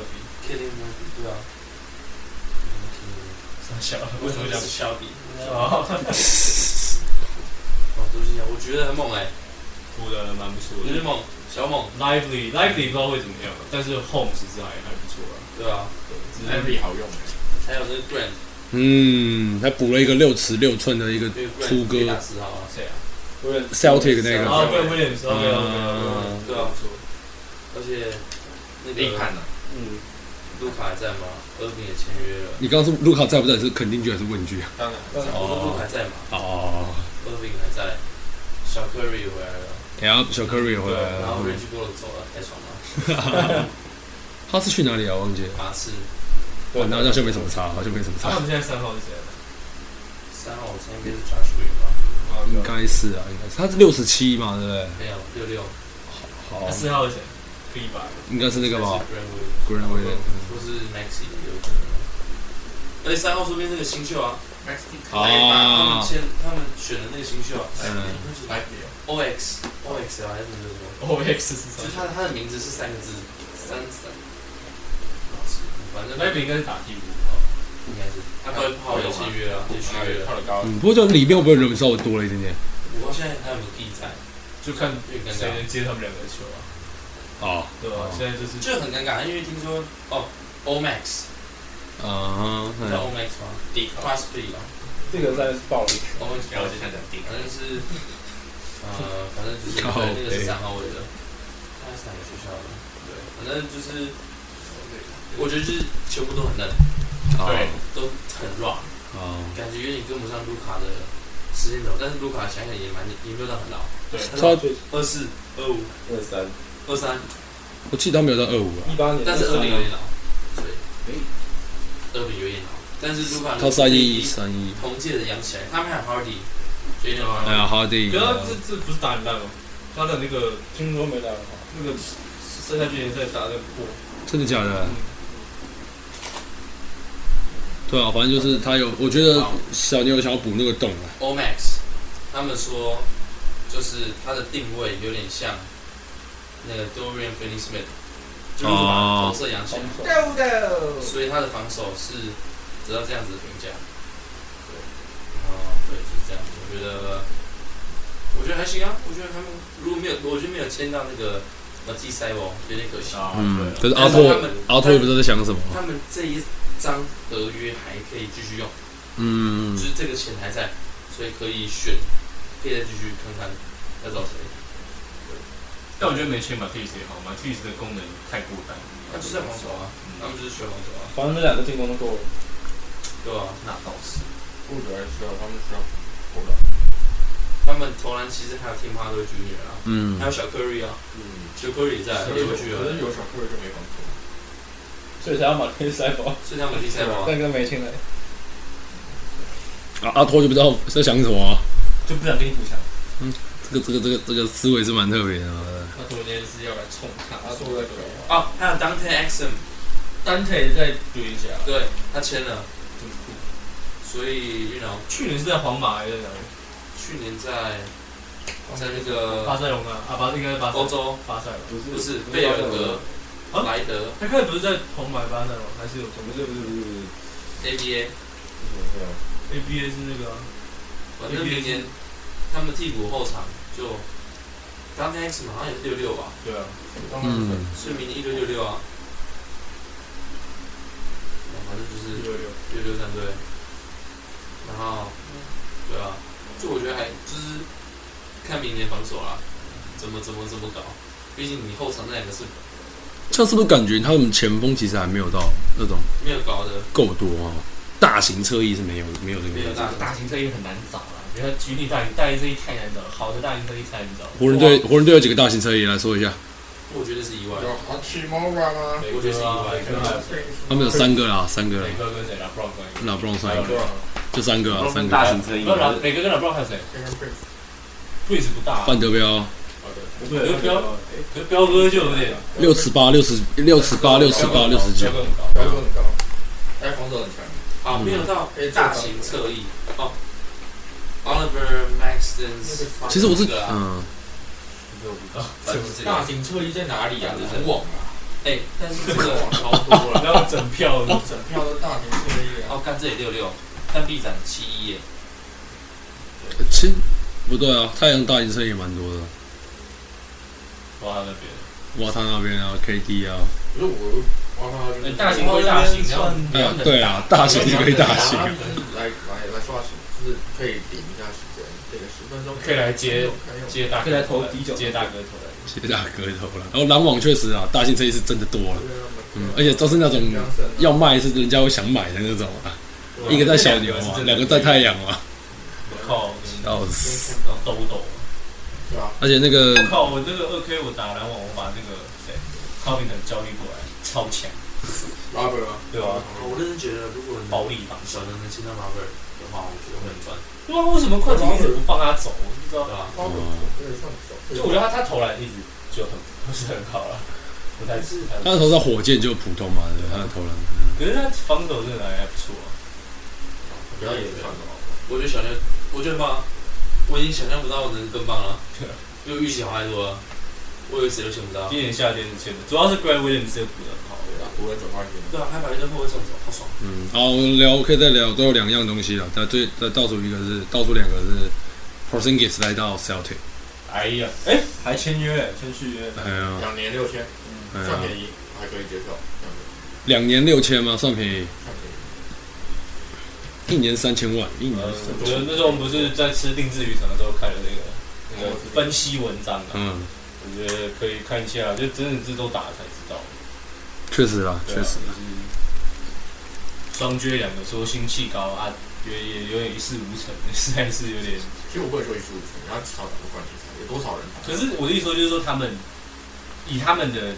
Killing Murphy，对啊。
傻小，为什么讲小弟？
哦，
哦，
都是这样，我觉得很猛哎，
补的蛮不错
我觉得
的。
猛，小猛，
Lively Lively 不知道会怎么样，但是 Home 其实还还不错啊。
对啊。
只是
very 好用，
还有那个 Grant，
嗯，还补了一个六尺六寸的一个
因为 Grant
粗哥
可以打四号啊，
谁啊？
我也
Celtic 那个
啊，对 Williams，OK OK
嗯
OK，
对啊，而且那
硬
个
汉呢，
嗯，
卢卡还在吗？厄平也签约了。
你刚刚是卢卡在不在？是肯定句还是问句啊？
当然
但是
我说卢卡还在吗？
哦，
厄平还在，小 Curry 回来了，
然后小 Curry 也回来
然后
了，
Reggie b o l 走了，太爽了。
他是去哪里啊？忘记了。
马刺
哇那好像没什么差，好像没什么
他
差
们，现在三号是谁啊？
三号，我猜应该是 Josh Green 吧？嗯
应该是啊，应该是。他是六十七嘛，对不对？
没有，六六，
好
那，四号是谁？B 吧。
应该是那个吧
还是 Greenwood，
g r e e n w a y
或是 Maxi 也有可能。而且三号说不定那个新秀啊，
，Max
他
啊
们，签他们选的那个新秀啊
嗯，
来
，OX OX 啊，还是什么什么，
O 哦 X 是
就是
啥？
他他的名字是三个字，三三，反正
那边应该是打第五号。
应该是他跟炮有签约啊，也续约了。
跳得高，
嗯，不过就里面会不会人稍微多了一点点？
我到现在还有没有地在，
就看
就很尴
谁
尬，
能接他们两个球啊，
啊
对
哦
吧？现在就是
就很尴尬，因为听说哦，Omax，
啊，
你知道 Omax 吗
低高，
？Class B 啊
这个算是爆了一拳。
，Omax
然后就想讲低
反正是呃，反正就是
靠
对那个
北
是三号位的，他是哪个学校的？对，反正就是我觉得就是全部都很嫩，
对
都很 raw，
啊，
感觉有点跟不上卢卡的时间轴，但是卢卡想想也蛮也没有到很老，
对
他
他
到二四、二五、
二三，
二三，
我记得他没有到二五啊，
一八年，
但是二
23
零有点老，所以二零有点老，但是卢卡
他三一三一，
同届的养起来，他们还有 Hardy，所以呢
哎呀，哈迪
可，是他啊这这不是打很烂吗？他的那个
听说没打很好。
那个剩下季联赛打的破，
真的假的？对啊，反正就是他有，我觉得小牛想要补那个洞啊，
Omax，他们说就是它的定位有点像那个 Dorian Finney-Smith，就是把
哦
投射扬起来，
Go go！
所以他的防守是得到这样子的评价。对，哦，对，就是这样。我觉得，我觉得还行啊。我觉得他们如果没有，我觉得没有签到那个呃 T 塞翁，有点可惜。
啊
嗯，可是阿
但是
托
他们
阿托也不知道在想什么，
他们这一张合约还可以继续用，
嗯
就，是这个钱还在，所以可以选，可以再继续看看要找谁。
但我觉得没签马蒂斯也好，马蒂斯的功能太过单一。
那就是在防守啊，他
嗯，
们就是选防守啊，
反正这两个进攻都够了。
对啊吧、
那倒是。
不主要需要他们需要
他们投篮其实还有 Tim Hardaway Jr. 啊，还
嗯，
有小 Curry 啊，
嗯，
小 Curry 也
啊
在，
可
也回去了，
是有小库就没防守，
所以才要马克塞博，
所以他们第三
那
嘛，
个没进来，
阿阿托就不知道在想什么啊，
就不想跟你补强。
这个这个这个这个思维是蛮特别的啊，
那昨天是要来冲他，
他说的
哦，还有啊 Dante Exum，
丹特在独行侠，
对他签了，所以 you know
去年是在皇马还是在哪里？
去年在在那个
巴塞隆纳啊，巴应该是巴塞
欧洲
巴塞隆纳。
不是
不是贝尔格
啊
莱德
他开始不是在红白巴塞隆纳，还是有什
不
么
是不是不是不是
ABA，
没有
ABA 是那个啊
反正明年他们替补后场就 d a n t e X 好像也是六六吧，
对啊，
嗯，
是明年一六六六啊，哦反正就是
六六，
六六战队，然后，对啊，就我觉得还就是看明年防守啦，怎么怎么怎么搞，毕竟你后场那两个是
这样是不是感觉他们前锋其实还没有到那种
没有搞的，
够多啊？大型侧翼是没有没有这
没有
个。
大
大型车衣很难找啦，你看举例大型大型车衣太难找，好的大型车衣太难找。
湖人队湖人队有几个大型侧翼来说一下，
我觉得是意外，
有哈奇莫拉吗？
我觉得是意外，
对
对
啊
吧？
他们有三个啦，三个啦
磊，哥跟谁啦？布朗跟
那不用算
还
一
有
个，
谁？
就三个啊，三
大
个。
型车衣
不，朗，磊哥跟老布朗还有谁？Prince 不大啊，
范德彪
不
可
是
是彪，可是彪哥就有点
六尺八，六十六尺八，六十八，六十九
彪，哥很高。
高度很高，但防哎守很强，
啊，没有到
可以
大型侧翼哦，Oliver Maxton，
其实我是
那个啊
嗯，
反正是这
大
个，
型侧翼在哪里啊？篮网啊，
哎，但是这个超多了，
然后整票的，
整票都大型侧翼啊，
哦，干这里六六，但臂展七一耶，
其实不对啊，太阳大型侧翼也蛮多的，
哇，他那边
瓦塔那边啊，KD 啊，
不是我，我靠，
哎大型归大型，然后
哎呀，对啊，大型归大型，
来来来刷时，就是可以顶一下时间，这个十分钟
可以来接接大哥
可以来投底角
接大哥投篮。
谢谢大哥头了。然后篮网确实啊，大型车衣是真的多了，嗯，而且都是那种要卖是人家会想买的那种啊，一个在小牛啊，两个在太阳啊，
我靠，你
笑死。
然后抖抖。
而且那个
我靠，我这个二 K 我打篮网，我把那个谁康明的交易过来，超强，
Robert 吗？
对吧？
哦我认真觉得如果能
暴力防守
小。牛能签到 Robert 的话，我觉得会很赚，
哇，为什么快艇一直不放他走？我不知道
对。吧？
就我觉得他他投篮一直就很 不是很好了，不太是。
他那时候在火箭就普通嘛，对他的投篮。嗯
可是他防守真的还不错啊。
不要也算了。
我觉得小牛，我觉得很棒啊，我已经想象不到我能更 棒了，因为预期好太多了，我以为谁都想不到。
今年夏天签的，主要是 g r a n Williams 这个补的很好。
湖人转换球，
对啊，还把一堆后卫送走，好爽。
嗯，好，我们聊可以再聊，都有两样东西了。但最再倒数一个是，倒数两个是 Porzingis 来到 Celtic，
哎呀，哎，
还签约，先续约，
哎呀，
两年六千，
哎呀，
算便宜，还可以接受，
两年六千吗？算便宜，
算便宜。
一年三千万，一年
呃
三
我觉得那时候我们不是在吃定制鱼肠的时候看了那个那个分析文章啊，
嗯，
我觉得可以看一下，就真的是都打了才知道。
确实啦，
对啊
确实。
就是双撅两个说心气高啊，也也有点一事无成，实在是有点。
其实我不会说一输五成，然后至少打过冠军赛，有多少人打？
可是我的意思说，就是说他们以他们的，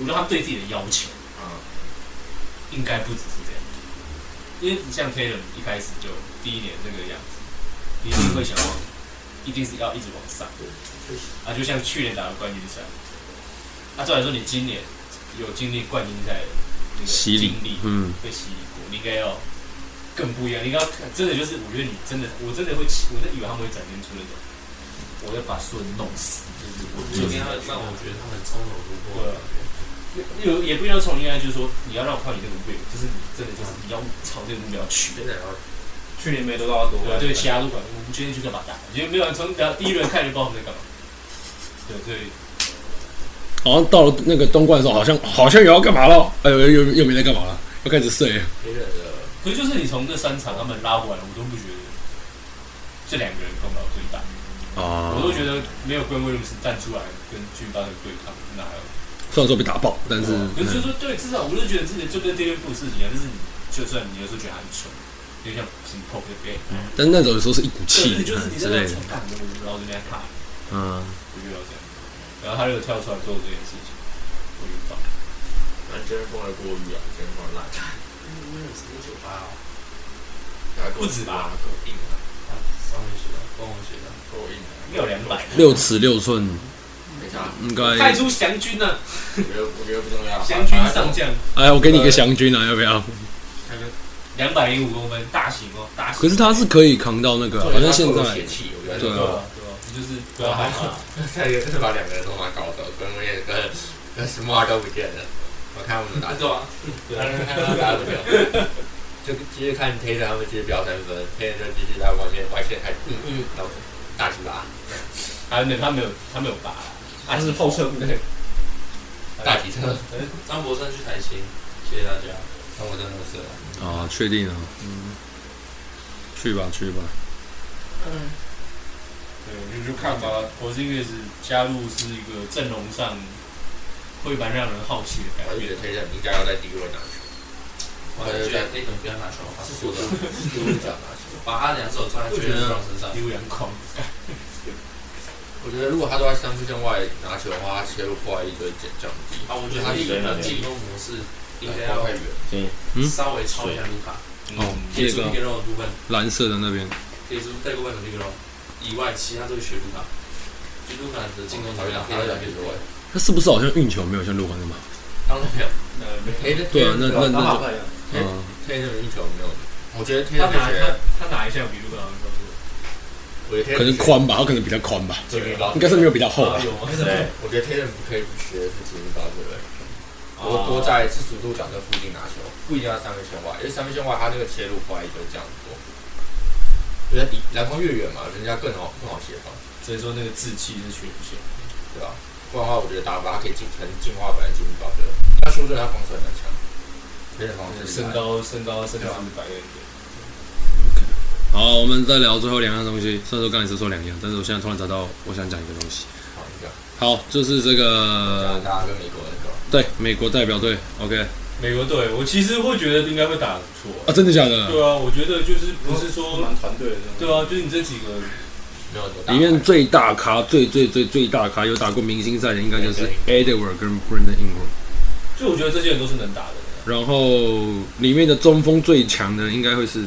我觉得他们对自己的要求
啊，
应该不只是这样，因为你像 Taylor 一开始就第一年那个样子，你一定会想往，一定是要一直往上
确实，
啊，就像去年打的冠军赛，啊，照理说你今年有经历冠军赛的那个
洗礼
经历，
嗯，
被洗礼过，你应该要更不一样。你应该要看，真的就是，我觉得你真的，我真的会期，我真的以为他们会展现出那种，我要把所有人弄死，就是我就
今
是
天
要
让我觉得他们从容不
对
迫
啊，有也不一定要从应该就是说，你要让我看到你这个目标，就是你真的就是你要朝这个目标去。
真的要
去年没得到夺冠，
对对，其他都管，我们今天就干嘛打？因为没有人从第一轮看就知道我们在干嘛。对，所以
好像到了那个东冠的时候，好像好像也要干嘛了，哎，又又又没在干嘛了，又开始睡了。
黑人的，
可是就是你从这三场他们拉回来，我都不觉得这两个人功劳最大。
啊
我都觉得没有跟威廉斯站出来跟巨大的对抗，哪有？
虽然说被打爆，但是嗯
可是就说对，至少我就觉得自己就跟 d a 布是一样，就是你就算你有时候觉得很蠢，有点像平碰对不对？
但那种有时候是一股
对，
气
就是你
之
在那
类的
种，干的，我然后这边卡，
嗯，
我就要这样。然后他就跳出来做这件事情，我就放。
但真的疯了过誉啊，真的疯了烂，嗯
威廉斯九八
啊
哦，
还够
不止吧
够硬啊，
上面学的，跟我学的，
够硬啊，
应该有两百，
六尺六寸，
没啥，
应
派
该。
出祥军啊，
我觉得我觉得不重要。
祥军上将，
哎，我给你一个祥军啊，要不要？
两百零五公分，大型哦，大型。
可是他是可以扛到那个啊，好像现在
邪气，我觉得
对
对
啊
啊，对啊，就是不要害怕。
再一个是把两个人都蛮高的，跟我也跟跟什么都不见了。我看我们打
对啊，
嗯
对啊，
打不了，啊就接着看 Taylor 他们继续飙三分，Taylor 就继续在外面外线还嗯嗯，然后大直打，
还 没有，他没有，他没有拔，啊他是后撤步。
大体车，
张博生去台新，谢谢大家。
那我真的是了。
啊，确定啊，嗯，去吧去吧，
对，你就看吧。我这个是加入是一个阵容上会蛮让人好奇的感
我
觉。
觉得 Taylor 应该要在第一位拿球，
我还是觉得那种不要拿球，把是
我
我
的
的，
第一位想拿球。
把他两手抓在绝对手身上。
丢阳光，
我觉得如果他都在三分线外拿球的话，他切入破坏一堆减降低，
啊，我觉得他一个进攻模式应该
跑太
要
远。
稍微超一下卢卡，
哦，
可
这
以出
个
pick and roll 的部分，
蓝色的那边，
可以出带过半场 pick and roll 以外，其他都会学卢卡。就卢卡的进攻怎么样？
他会打第一位，
他是不是好像运球没有像鹿晗那么好？
当然没有。Taylor
对啊，那那
打
那
马
就，
派啊，
嗯，
Taylor 运球没有，我觉得
他
Taylor
哪
可以学
他，他哪一项比如刚刚说
我觉得 Taylor
可能宽吧，他可能比较宽吧，
杰米巴
应该是没有比较厚啊吧
的？。有吗？
对，
我觉得 Taylor 不可以不学是杰米巴特勒，
哦
多多在四十度角这附近拿球，不一定要三分线外，因为三分线外他那个切入破坏就这样多。我觉得离篮筐越远嘛，人家更好更好协防，
所以说那个志气是缺不缺？
对吧？不然的话，我觉得打法可以进成进化版的杰米巴特勒，他修正他防守很强，别人防守
身高身高身高是百元点。
好，我们再聊最后两样东西。虽然说刚才是说两样，但是我现在突然找到我想讲一个东西。
好一个，
好，就是这
加拿
个
呃大跟美国那个，
对美国代表队，OK
美国队，我其实会觉得应该会打得不错。
啊，真的假的？
对啊，我觉得就是不是说
蛮团队的那种。
对啊，就是你这几个
没有多大
里面最大咖、最最最最大咖有打过明星赛的，应该就是 Edward 跟 Brandon Ingram。
就我觉得这些人都是能打的人啊。
然后里面的中锋最强的应该会是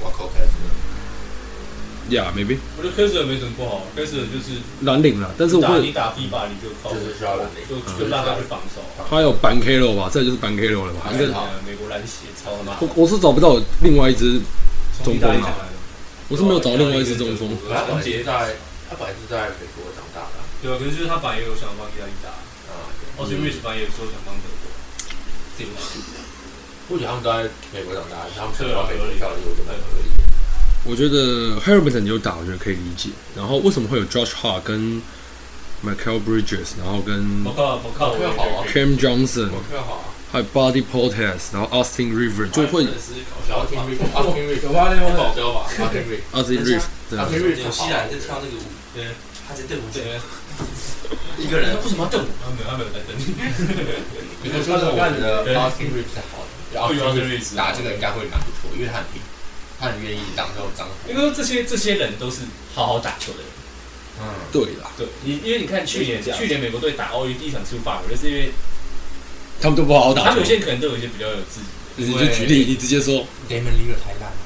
我扣开始，
呀、yeah,，maybe
我觉得 Kessler 没什么不好，Kessler 就是
蓝领了，但是我
打
会
你打 B 把你就靠，
就是需要人力
就就让他去防守。
他有板 K 了吧，再就是板 K 了了吧，应该
呃美国篮协超他妈
我我是找不到另外一支，
从意大利上来的，
我是没有找到另外一支中锋。
我他本来是在他本来是在美国长大的啊
对吧？可是就是他本来也有想帮意大利打
啊，
，Austin Rich 本来也说想帮德国，对吧？
或许他们都在美国长大，他们可能到美国效力，我觉得合理。
我觉得 h a r b e r t o n 有打，我觉得可以理解。然后为什么会有 Josh Hart 跟 Michael Bridges，然后跟
报告报告，我也
好啊
觉得
Cam Johnson，
我看好啊，
还有 Body Portes，然后 Austin River 就会
真的是搞
然
笑
后
吧
Tim r i c a u s t i n r i c
有八六吗？
搞笑吧？
a u s t i n r i
Austin
c
River 对啊
a u s t i n r i c
纽西兰在跳那个舞，
对，
他在对我
对
学，
一个人为什么要瞪我？他没有他没有在瞪你，
你可说我觉得 a u s t i n r i c 是好的
不
a u
一
s t
样的位置
i n r i c 打这个应该会拿不错，因为他很拼，他很愿意当这种脏活。
因为这些这些人都是好好打球的人。
嗯，
对啦，
对你，因为你看去年去年美国队打奥运第一场输法国，就是因为
他们都不好好
他
打
们
球
有。些可能都有一些比较有自己，
你就举例，你直接说，
Damon l e e 太烂了，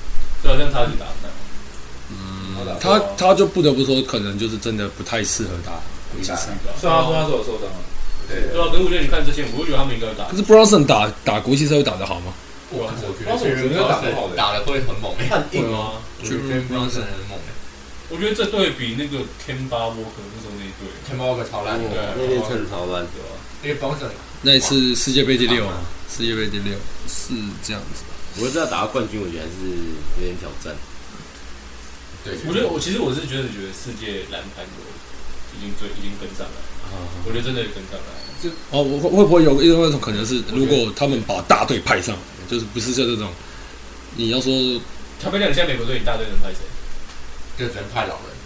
对啊，像他就打不到。
嗯，他他就不得不说，可能就是真的不太适合打国际
啊嗯
赛。
虽然他说他手有受伤了，
对
对啊，可是我觉得你看这些，我会觉得他们应该会打
可。是 Bronson 打打国际赛会打得好吗？
我我觉得
但是我觉得打不好的
打的会很嗯猛诶，
很
会
硬
吗？
啊，
我觉得 Bronson 很猛诶
我觉得这队比那个 Kemba Walker 那时候那一队，
t i m b a l k 超烂的，
对
那天趁逃班，
因为 Bronson
那一次世界杯第六啊，世界杯第六是这样子。
我知道打到冠军，我觉得还是有点挑战。
对，
我觉得我其实我是觉得觉得世界篮坛有已经追已经跟上来了，我觉得真的有跟上来了。
哦，我会会不会有一种可能是，如果他们把大队派上来，就是不是像这种，你要说
他白讲，你现在美国队你大队能派谁？
就只能派老人，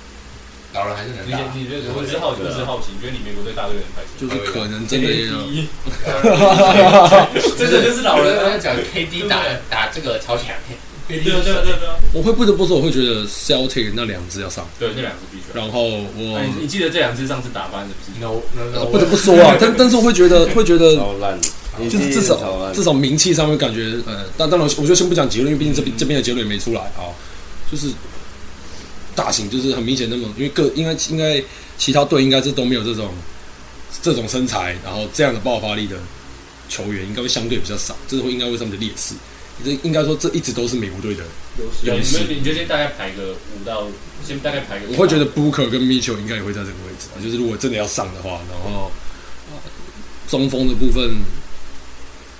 老人还是能
你
打。
先你觉得我只是好奇，我只是好奇，你觉得你美国队大队能派谁？
就是可能真的要，
第一， 哎
这
真的就是老人啊。
讲 KD 打打这个超强，
对对对对对，
我会不得不说，我会觉得 Celtic 那两只要上，
对那两个必须要。
然后
那你
我
哎你记得这两支上次打翻是不是？
No
呃
No
不得不说啊，但但是我会觉得会觉得
超烂，就
就是至少至少名气上面感觉，呃，但当然，我就先不讲结论，因为毕竟这边这边的结论也没出来啊、就是大型，就是很明显那么，因为各应该应该其他队应该是都没有这种这种身材，然后这样的爆发力的球员，应该会相对比较少，这是会应该会是他们的劣势。这应该说这一直都是美国队的，
有
优势
没有？你就先大概排个五到，先大概排个五到。
我会觉得 Booker 跟 Mitchell 应该也会在这个位置，啊就是如果真的要上的话，然后呃中锋的部分，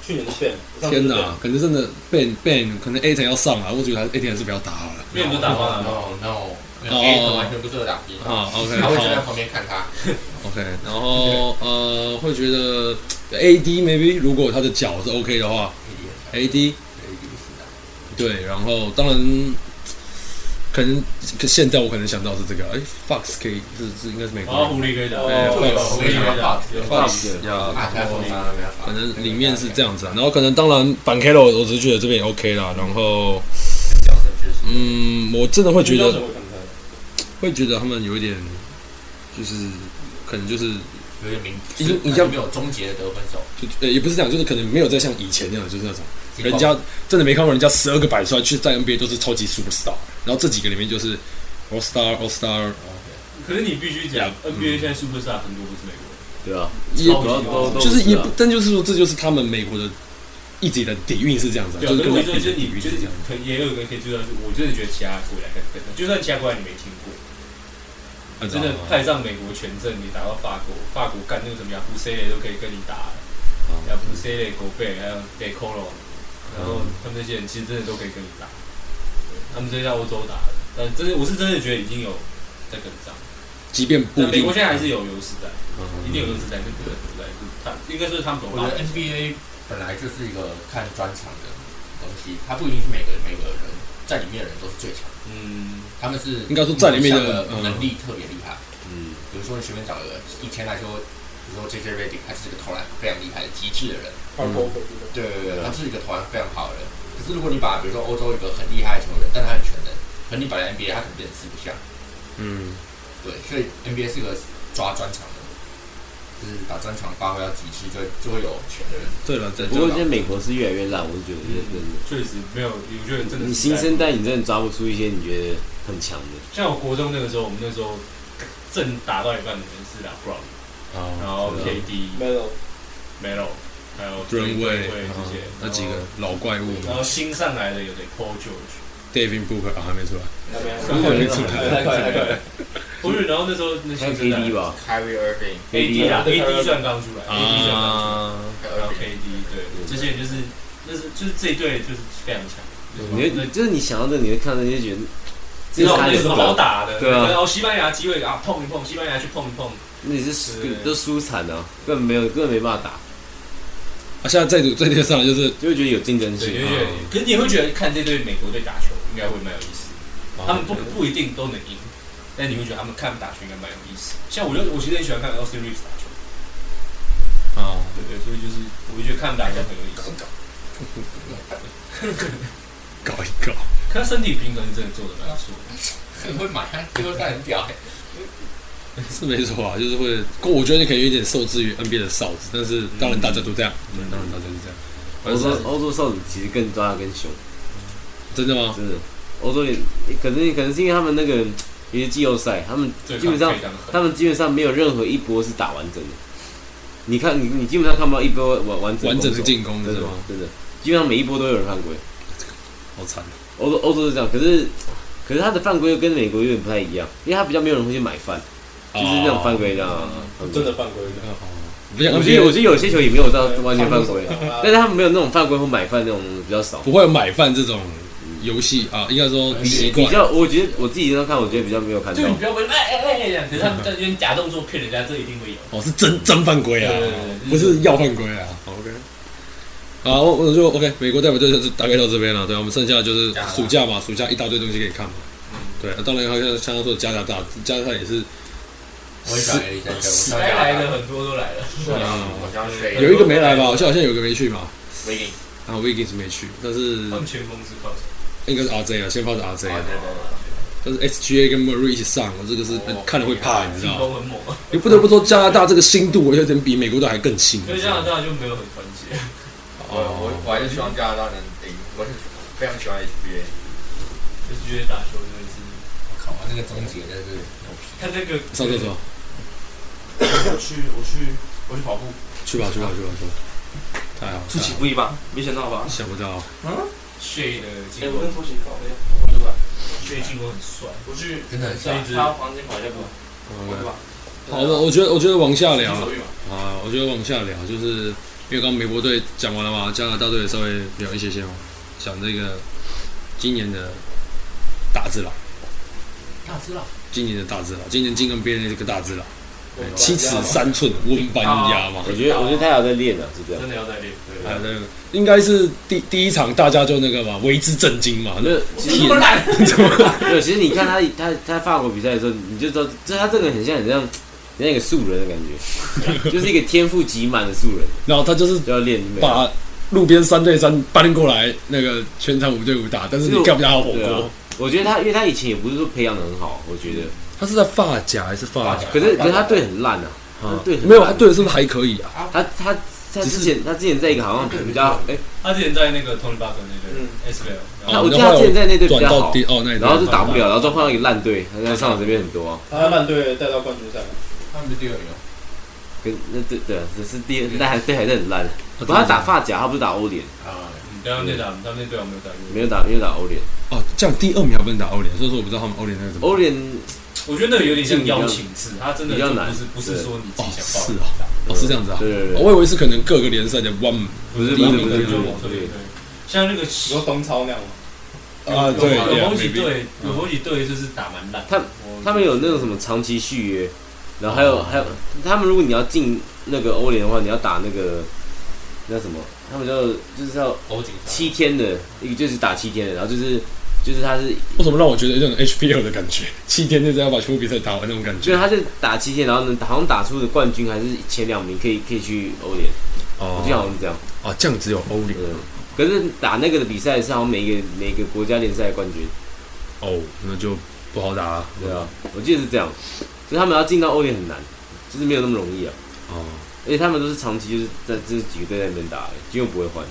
去年的 Ben，上次
天
的
哪，可能真的 Ben Ben 可能 A 层要上啊，我觉得还是 A 层还是不要打好了。
面不打完了，
No No，
哦
A 完全不适合打 B，
啊，OK，
他会站在
好
旁边看他。
，OK，然后呃，会觉得 AD maybe 如果他的脚是 OK 的话，AD 对，然后当然可能可现在我可能想到是这个，哎，Fox 可以是是应该是美
然
国
后
人
狐狸可以打，
哎
狐狸
，Fox，
可以打，
，Fox 呀，
啊，他说他没办法
反正里面是这样子啊，然后可能当然板 K 了，我只是觉得这边也 OK 啦，然后
角色就是
嗯，我真的会觉
标
得
准会看他，
会觉得他们有一点就是可能就是
有点明，
已经
就是
已经
没有终结的得分手，
就呃也不是这样，就是可能没有再像以前那样，就是那种人家真的没看过人家十二个摆出来，去在 NBA 都是超级 super star，然后这几个里面就是 all star all star，
可是你必须讲
Yeah，
NBA 现在 Superstar 很多不是美国人，
对啊，
也
超级都都
就是也
啊
不，但就是说这就是他们美国的一直以来的底蕴是这样子啊，
对
就是
啊，
跟
可是我
我
说就是你就是可能也有人可以知道，就是我真的觉得其他国家更更，就算其他国家你没听过，
啊
真的派上美国全阵，你打到法国，法国干那个什么雅布塞雷都可以跟你打，雅布塞雷、狗贝还有 d e c o r o 然后他们那些人其实真的都可以跟你打，对他们这些在欧洲打的，但真的我是真的觉得已经有在跟上，
即便不
但
一定
美国现在还是有优势在，
嗯
一定有优势在，跟不可能在，就是他应该是他们总
我
哦
发
觉得 NBA 本来就是一个看专场的东西，它不一定是每个每个人在里面的人都是最强的，
嗯，
他们是
应该说在里面的嗯
某一项能力特别厉害。
嗯，
比如说你随便找一个，以前来说，比如说 J.J. Redick，他是一个投篮非常厉害的极致的人，
二
嗯
波火这个
对对对，他是一个投篮非常好的人。可是如果你把比如说欧洲一个很厉害的球员，但他很全能，可你把 NBA 他可能变成四不像，
嗯
对，所以 NBA 是一个抓专场的，就是把专场发挥到极致，就就会有全的人。
对了，在
不过现在美国是越来越烂，我是觉得真
确实没有，我觉得真
的，你
的是
新
在
生代你真的抓不出一些你觉得很强的，
像我国中那个时候，我们那时候正打到一半，我们是打 Brown，然后
对啊
KD、
Melo
Melo，还有
人
Dwayne
位
Wade 这些，
啊那几个
然后。
老怪物
然后新上来的有的 Paul George，
，David Booker 啊还没出来，
还没还
然
没
后
没出
还
来，
快还快，
不是，然后那时候那
还有
新生代
KD 吧
Kyrie Irving，
，AD 啊
对
，AD 算刚出来，AD 算刚出来，
啊，
然后 KD 对，这些人就是那是就是这一队就是非常强，
啊你会你就是你想到这，你会看到那些觉得，
知道
他
那有什么好，打的？
对啊
然后西班牙机会啊碰一碰，西班牙去碰一碰，
那你是输
对
都输惨了，根本没有根本没办法打，
啊现在这组最厉害上来就是
就会觉得有竞争
对，
性
就。是
啊
可是你会觉得看这队美国队打球应该会蛮有意思的。他们不不一定都能赢，但你会觉得他们看打球应该蛮有意思。像我就我其实很喜欢看 Austin Reeves 打球，
啊，
对对，所以就是我就觉得看打球很有意思。
搞一搞，
可他身体平衡真的做的蛮不错的，
很会买，他这个赛很屌、欸。
是没错啊，就是会，不过我觉得可以有一点受制于 NBA 的哨子，但是当然大家都这样，嗯，当然大家都这样，
欧洲欧洲少女其实更抓得更凶，
真的
哦
吗？
真的，欧洲也可能可能是因为他们那个因为季后赛，他们
对，
基本上
非常狠。
他们基本上没有任何一波是打完整的。你看，你你基本上看不到一波完完整
完整的
攻守
进攻
真
是
的
吗？
真的，基本上每一波都有人犯规。
好惨，
欧洲欧洲是这样，可是可是他的犯规又跟美国有点不太一样，因为他比较没有人会去买饭，就是那种犯规的啊。犯规
哦真的犯规的，
不像
我觉得
NBA，
我觉得有些球也没有到完全犯规，
啊
但是他们没有那种犯规或买饭那种比较少。
不会有买饭这种游戏啊，应该说习
比
惯，
较，我觉得我自己在看，我觉得比较没有看到
就。你不要问，哎哎哎哎，可是他们在那边假动作骗人家，这一定会有。
哦，是真真犯规啊
对对对，对
不是要犯规啊，OK。好，我我就 OK，美国代表队就是大概到这边了。对，啊我们剩下就是暑假嘛，暑假一大堆东西可以看嘛。对，啊当然还有像他说的加拿大，加拿大也是
我也想 A 一下，我
该
想
来的很多都来了，
我想谁？
有一个没来吧，我记得好像有一个没去嘛，
威廉，
然后 Wiggins 没去，但是
哦
他们全峰是靠谁？
应该是 RJ 啊，先发是 RJ 啊
对，对
但是 SGA 跟 Murray 一起上，我这个是
哦
看了会怕，你知
进
道吗？
攻很猛，
你不得不说加拿大这个心度，我有点比美国队还更轻。
所以加拿大就没有很团结。
我我我还是希望加拿大能赢，我是非常喜欢 HBA。
就觉得打球真的是，
靠，那个终结真是牛皮！
看那个
上厕所，
我去我去我去跑步，
去吧去吧去吧去吧，太好了，
出其
太好
不意吧，没想到吧
了？想不到，
血的
哎，
进
我
攻
跟，拖鞋搞的，我对吧？
血进攻很帅，
我去
真的很帅。
他他房间搞一下不？我对吧？
好，那我觉得我觉得往下聊
手语嘛
啊，我觉得往下聊，就是因为刚刚美国队讲完了嘛，加拿大队稍微聊一些些嘛，讲这个今年的大字了，
大只佬，
今年的大字了，今年进 NBA 的这个大字了，
对
七尺三寸温班压 嘛
我，觉得我觉得他有在练啊，是这样。
真的要再练。对
还有那个应该是第第一场大家就那个嘛，为之震惊嘛，那
那其实
烂，
没有，其实你看他他他法国比赛的时候，你就知道，这他这个很像很像很像一个素人的感 觉，就是一个天赋极满的素人，
然后他就是
就要练每个。
把路边三对三搬过来，那个全场五对五打，但是你干不下火
对啊
锅。，
我觉得他因为他以前也不是说培养的很好，我觉得，
他是在发甲还是发甲？
可是可是他队很烂啊，他队很
啊
烂
没有，他对的是不是还可以啊？
他他他之前他之前在一个好像比较哎，
他之前在那个 Tony Parker 那个
嗯
S L，
啊
然
那
后
我记得他之前在那队比
转
较
到
好
第，哦那一队
然后就打不了，然后就换到一个烂队，他在上海这边很多啊，
他烂队带到冠军赛，
他们是第二名哦，
跟那队对啊只是第二，但还队还是很烂。
啊
不过他打发夹，他不是打欧联，
啊，
嗯然后那场他们那队我没有打
没
过，
有打没有打欧联，
哦，这样第二名还不能打欧联，所以说我不知道他们欧联那个怎么。
欧联
我觉得那个有点像邀请制，他真的就不是不是说你自
哦
己想
是
报，
啊，哦是这样子啊，
对对对
哦我以为是可能各个联赛的 one
不是
第一
不是
名
不
的
是不
对就是我对对，像那个
你说东超那样吗？
啊对
有有某几
yeah，maybe，
队有某几队就是打蛮烂，
他他们有那种什么长期续约，然后还有、还有他们如果你要进那个欧联的话，你要打那个那什么，他们叫就是要
欧锦赛
七天的，一个就是打七天的，然后就是就是他是
为什么让我觉得有种 HPL 的感觉？ 七天内只要把全部比赛打完那种感
就是
觉。
他是打七天，然后能好像打出的冠军还是前两名可以可以去欧联，我
哦
记得好像是这样。
哦，这样只有欧联
嗯，可是打那个的比赛是好像每一个每一个国家联赛的冠军，
哦，那就不好打啊。
对啊，我记得是这样，所以他们要进到欧联很难，就是没有那么容易啊。
哦，
而且他们都是长期就是在这几个队在那边打的，几乎不会换。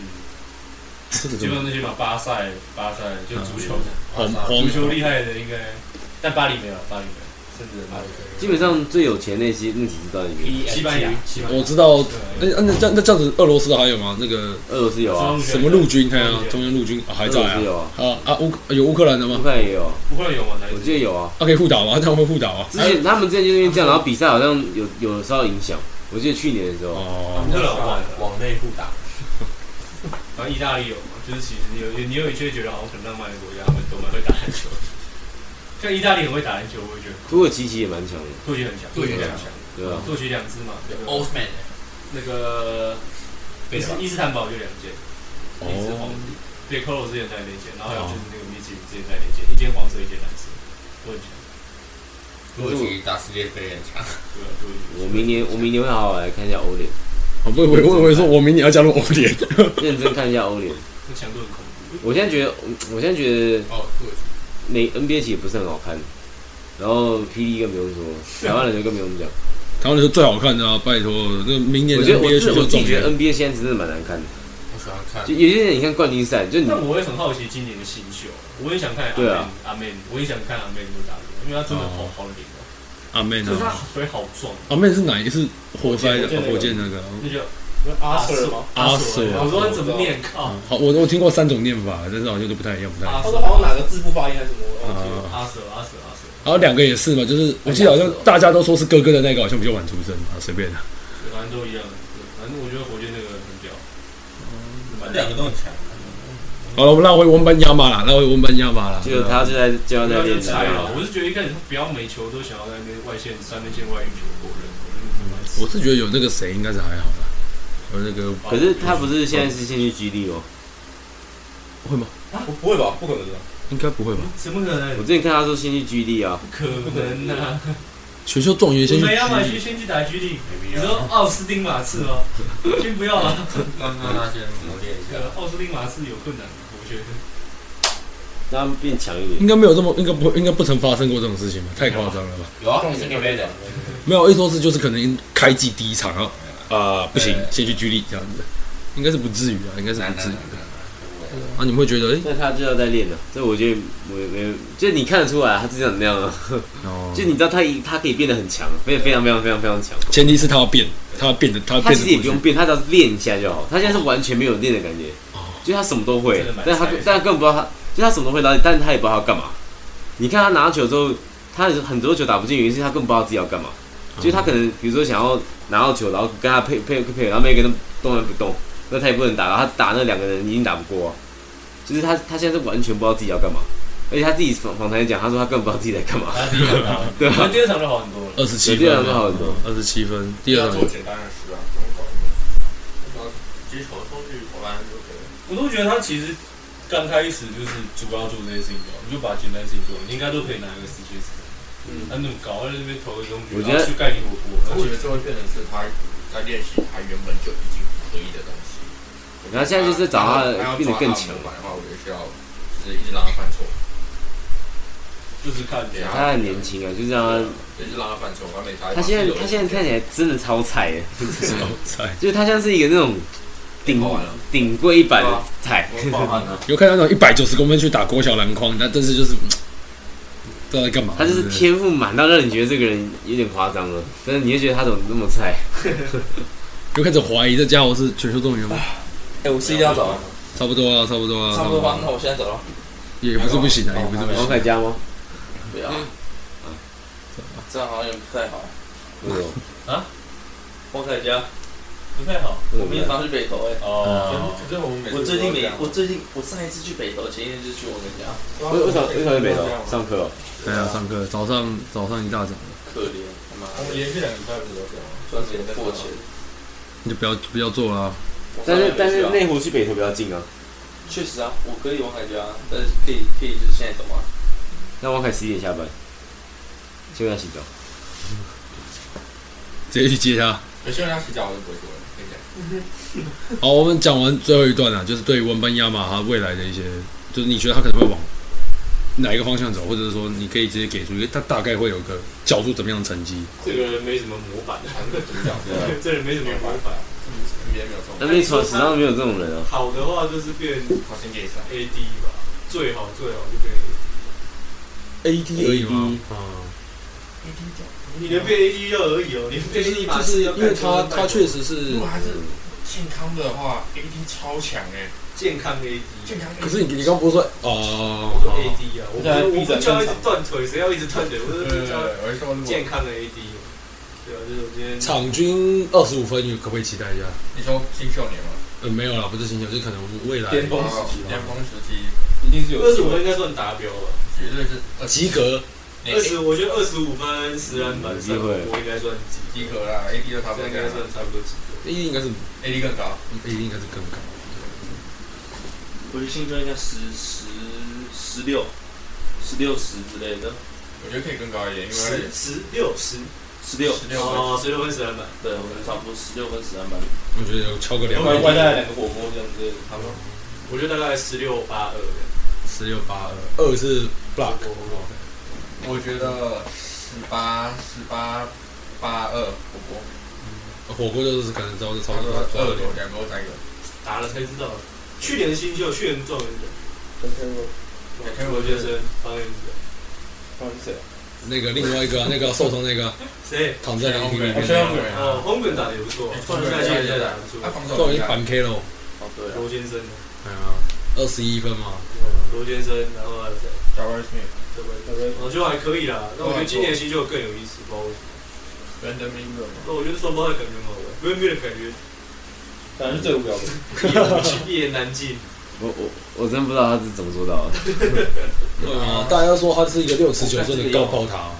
这个
基
怎
本
么
上那些嘛巴塞巴塞就足球
红
足
红
球厉害的应该，但巴黎没有巴黎没有，甚至巴黎
基本上最有钱那些那几支到底没有？
西班牙西班牙
我知道，那
对啊
那这那这样子，俄罗斯还有吗？那个
俄罗斯有啊，
什么陆军？看啊，中央陆军啊还在
俄罗斯
啊。
有啊，
啊啊，乌有乌克兰的
乌
吗？
克兰也有啊，
不会有吗？
我记得有啊。
他可以互打吗？ 他们会互打吗？哎
之前他们之前就因为这样，然后比赛好像有有时候影响。我记得去年的时候，
哦，
乌克兰
往
往
往内互打，
反正意大利有嘛，就是其实你有你有一些觉得好像很浪漫的国家，他们都蛮会打篮球。像意大利很会打篮球，我也觉得
土耳其其实也蛮强的，
杜奇很强，
土耳其
很
很
强
强，
对啊吧？
杜奇两支嘛，那个
Osman，
那个伊斯伊斯坦堡就两间，一支
哦
红，对 c o l o 之前在那间，然后还有就是那个米奇之前在那间，一间黄色，一间蓝色，都很强，
土耳其打世界杯很强，
对啊，
我
都
明年我明年会好好来看一下欧联，
哦 不，我我我说我明年要加入欧联。
认真看一下欧联。
那强度很恐怖。
我现在觉得，我现在觉得
哦，土耳
美 NBA 其实也不是很好看，然后 PD 更不用说，台湾人就更不用讲。
台湾人是最好看的啊，拜托，那明年
我
的
觉得我
NBA
自
选
我
秀
自己
状
觉得
元，
NBA 现在真的蛮难看的，
其，我喜欢看
就有些人你看冠军赛，就你
但我也很好奇今年的新秀，我也想看阿
对
妹
啊
阿妹，我也想看阿妹怎么打球，因为他真的好
哦
好灵哦，
阿妹
就是他
呢？
腿好壮，
阿啊妹是哪一个？是活塞
火
的
箭
火箭那个？
那就
阿瑟吗？
阿瑟
我说你怎么念？靠，
嗯好，我我听过三种念法，但是好像都不太一样，不太一样。
他
阿瑟
说好像哪个字不发音还是什么，我忘记了。
啊，
阿瑟阿瑟阿瑟，
然后两个也是嘛，就是我记得好像大家都说是哥哥的那个，好像比较晚出生啊，随便的。
对反正都一样。对反正我觉得火箭那个很屌，嗯
反正两个都很强，
好了，我们拉回温班亚马啦，拉回温班亚马啦。啊
就他就在就要
不
在
要啊就
练
猜
篮
了。
球
我是觉得一开始他不要每球都想要在那边外线三分线外运球过人，我觉得蛮
我是觉得有那个谁应该是还好啦，有那个
可是他不是现在是先去 G 力哦，
会吗？
不不会吧？不可能的。
应该不会吧？
怎么可能啊
我？之前看他说先去 G 力啊，
可能呢？
选秀状元先
我
去
们要买
G
去先去打 G 力，
没
你
必要。
说奥斯汀马刺吗？先不要啊，
让让他先磨练一下
呃。奥斯汀马刺有困难，我觉得。
让他们变强一
应
点。
该没有这么，应该不会，应该不曾发生过这种事情吧？太夸张了吧？
嗯
有啊，是纽约的，
没有，一说是就是可能开季第一场啊，啊、不行，先去居力这样子，应该是不至于啊，应该是
男
不
男
至于
男
的。
男，
啊，你们会觉得哎、
那他就要再练了。这我觉得没没，就你看得出来他就是长那样啊。
哦
就你知道他一他可以变得很强，变得非常非常非常非常强。
前提是他要变，他要变得，他要
他
变
其
得
实也不用变，他只要练一下就好。他现在是完全没有练的感觉，就他什么都会
哦真的，蛮
但他
菜的
但他根本不知道他，就他什么都会，然后但是他也不知道他要干嘛。你看他拿球之后，他很多球打不进，原因是他根本不知道自己要干嘛。
哦
就是他可能比如说想要拿到球，然后跟他配配配，然后每个人都动弹不动，那他也不能打，然后他打那两个人已经打不过、啊。就是他他现在是完全不知道自己要干嘛，而且他自己访访谈也讲，他说他根本不知道自己在干嘛。
他自己很高，
对啊
可能第二场就好很多了。
二十七
对
分啊
第二场好很多，
二十七分，第
要
二
做
场
简单的事啊，不用搞那么那个击球、冲去投篮就可以了。
我都觉得他其实刚开始就是主要做这些事情就好，你就把简单的事情做，你应该都可以拿一个十进十
嗯
分。他那么高，他在那边投一中
我
局，
觉得
然后去盖你火锅，然后
我觉得最后变成是他在练习他原本就已经可以的东西。
然后现在就是找他变得更强
嘛，的话，我就需要就是一直让他犯错，
就是看
对啊
他很年轻啊，就是让他
一直让他犯错，完美他
他现在他现在看起来真的超菜的，
才
就是他像是一个那种顶
爆完了
顶贵一版的菜，
我爆汗了，
有看到那种一百九十公分去打国小篮筐，那但是就是嗯不知道在干嘛。
他就是
对不对
天赋满到让你觉得这个人有点夸张了，但是你会觉得他怎么那么菜？
又开始怀疑这家伙是全球动员吗？
啊
哎，我是一定要找，
差不多了，啊差不多了，
差不多吧。那我现在找到，
也不是不行啊，也不是不
王
行。
凯佳吗？
不要，这样好像有点不太好。
为什么
王凯佳，
不太好
我明天早上去北投哎。
哦。
这我们
我最近没，我最近我上一次去北投，前一天就是去王凯佳，
为为什么为什么没有
嗯
上课哦？
对啊，上课早上早上一大早，
可怜，他妈
我们连续两个礼拜不是都这样吗？
赚钱破钱。
你就不要不要做了啊。
我
但
上
是
面没去啊
但是内湖去北投比较近啊，
确实啊，我可以王凯佳，但是可以可以就是现在走啊。
那王凯十一点下班，先不要洗澡。
直接去接他。
有些人要洗脚我就不会做了，跟你讲，
好，我们讲完最后一段啊，就是对于文班亚马哈未来的一些，就是你觉得他可能会往哪一个方向走，或者是说你可以直接给出一个他大概会有个交出怎么样的成绩。
这个人没什么模板，
反正主角是
这人没什么模板。
别没有中，
那边从史上没有这种人啊，
好的话就是变
他先给一下，
AD 吧，最好最好就变 AD。
AD 而已吗？
你能变 AD 就而已哦，你
就
变
是
AD
就
嘛
是
要
因为
干什
他
么
他确实是
如，果还是健康的话，AD 超强哎，
健康 AD，
健康。
可是你你刚不是说
我说
哦，
AD 啊，我
对啊
不我
一直
不
很
叫
正
一直
常
断腿，谁要一直断腿？我
对
是
对对，
叫
我是说如果
健康的 AD，对啊，就是我今天
场均二十五分，你可不可以期待一下？
你说新秀年吗？
呃，没有啦，不是新秀，就可能未来
巅峰时期
巅峰时期
一定是有
二十五分应该算达标吧。
绝对是二
及格。
二十，我觉得二十五分十篮板三火锅应该算及
及
格，
格啦，AD 就差不
这应
多这
该
样
算
了
差不多及格。
AD 应该是
，AD 更高。
AD 应该是更高。
我觉得新秀应该十十十六、十六十之类的，
我觉得可以更高一点，因为
十十六十
十六。
十六分，
哦，十六分十篮板，
对，我们差不多十六跟十三班。
我觉得有超个两
外
百
外带
两个火锅这样子，他们
我觉得大概十六八二的。
十六八二，二是 block。
我觉得十八十八八二火锅，
火锅就是可能招就差
差
不
不
多
多
抓
二
了点
流，两个或三个。
打了才知道，去年的新秀，去年状元哦奖，
对
看罗杰森、方燕子，
他们是谁？
那个另外一 个啊、那个受伤那个啊
谁？
躺在凉亭里
我
面
觉
的，
得我
哦，红滚打的也不错，放下去也打得不错。
他防
这我
守
已
一
经
下，
反 K 了，
哦，对啊，
罗先生，
哎呀，二十一分嘛，
罗先生，然后还有谁？
加威斯密，
这位，我哦觉得还可以啦。那我觉得今年新秀更有意思，包括。
人的名字
那我觉得双胞胎感觉很好玩，没有没有感觉
反正是最无聊的。
一言无尽，一言难尽。
我我我真不知道他是怎么做到 的。
对啊，大家都说他是一个六尺九寸的高炮塔，啊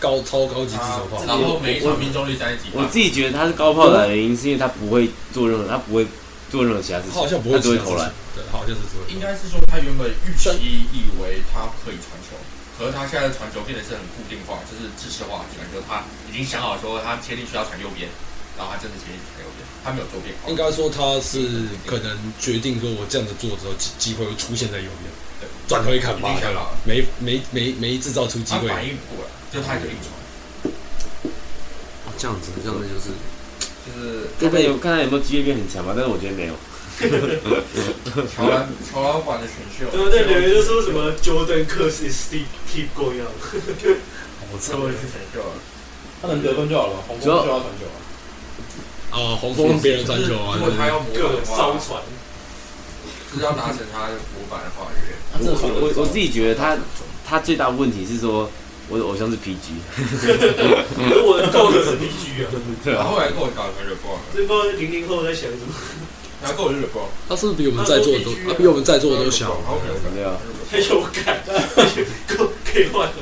高超高级自
啊
手炮，
然后每一场命中率三十几
我
吧，
自己觉得他是高炮的原因，是因为他不会做任何，他不会做任何其他事
他
情，
好像不会
他只会
其他
投篮
事。情，对，他好像是只会投
应
篮。
该是说他原本预期以为他可以传球，可是他现在的传球变得是很固定化，就是制式化传球，他已经想好说他切进去要传右边，然后他真的切进去传右边，他没有做变化
应。该说他是可能决定说我这样子做之后，机机会会出现在右边
对，
转头一啊看，妈
已经想
的，
好了，
没没没没制造出机
他
会，
反应不过来，就他就硬传，
哦这样子这样子就是
就是
看他有看他有没有机会变很强吧，但是我觉得没有。
乔老乔老板的选秀，
对不对？有人就说什么 Jordan Curse is keep keep going on，
我这我也是选秀啊，
他能得分就好了，红
主要
就要传球啊。
啊，黄蜂让别人传球啊
如，果
对
他要模
各
板
种
的
骚
话，
传。
是要达成他的模板的话，有点
他真的传
我我我自
己
己觉得他他最大的问题是说，我的偶像是 PG，
可是我的 GO 是 PG 啊，
对
然后后来跟我搞成 LeBron，了
这不知道零零后在想什么，
然后跟我是 LeBron，
他是不是比我们在座的都，他啊比我们在座的都小
然后没有
对啊，
太有感，够可以换了，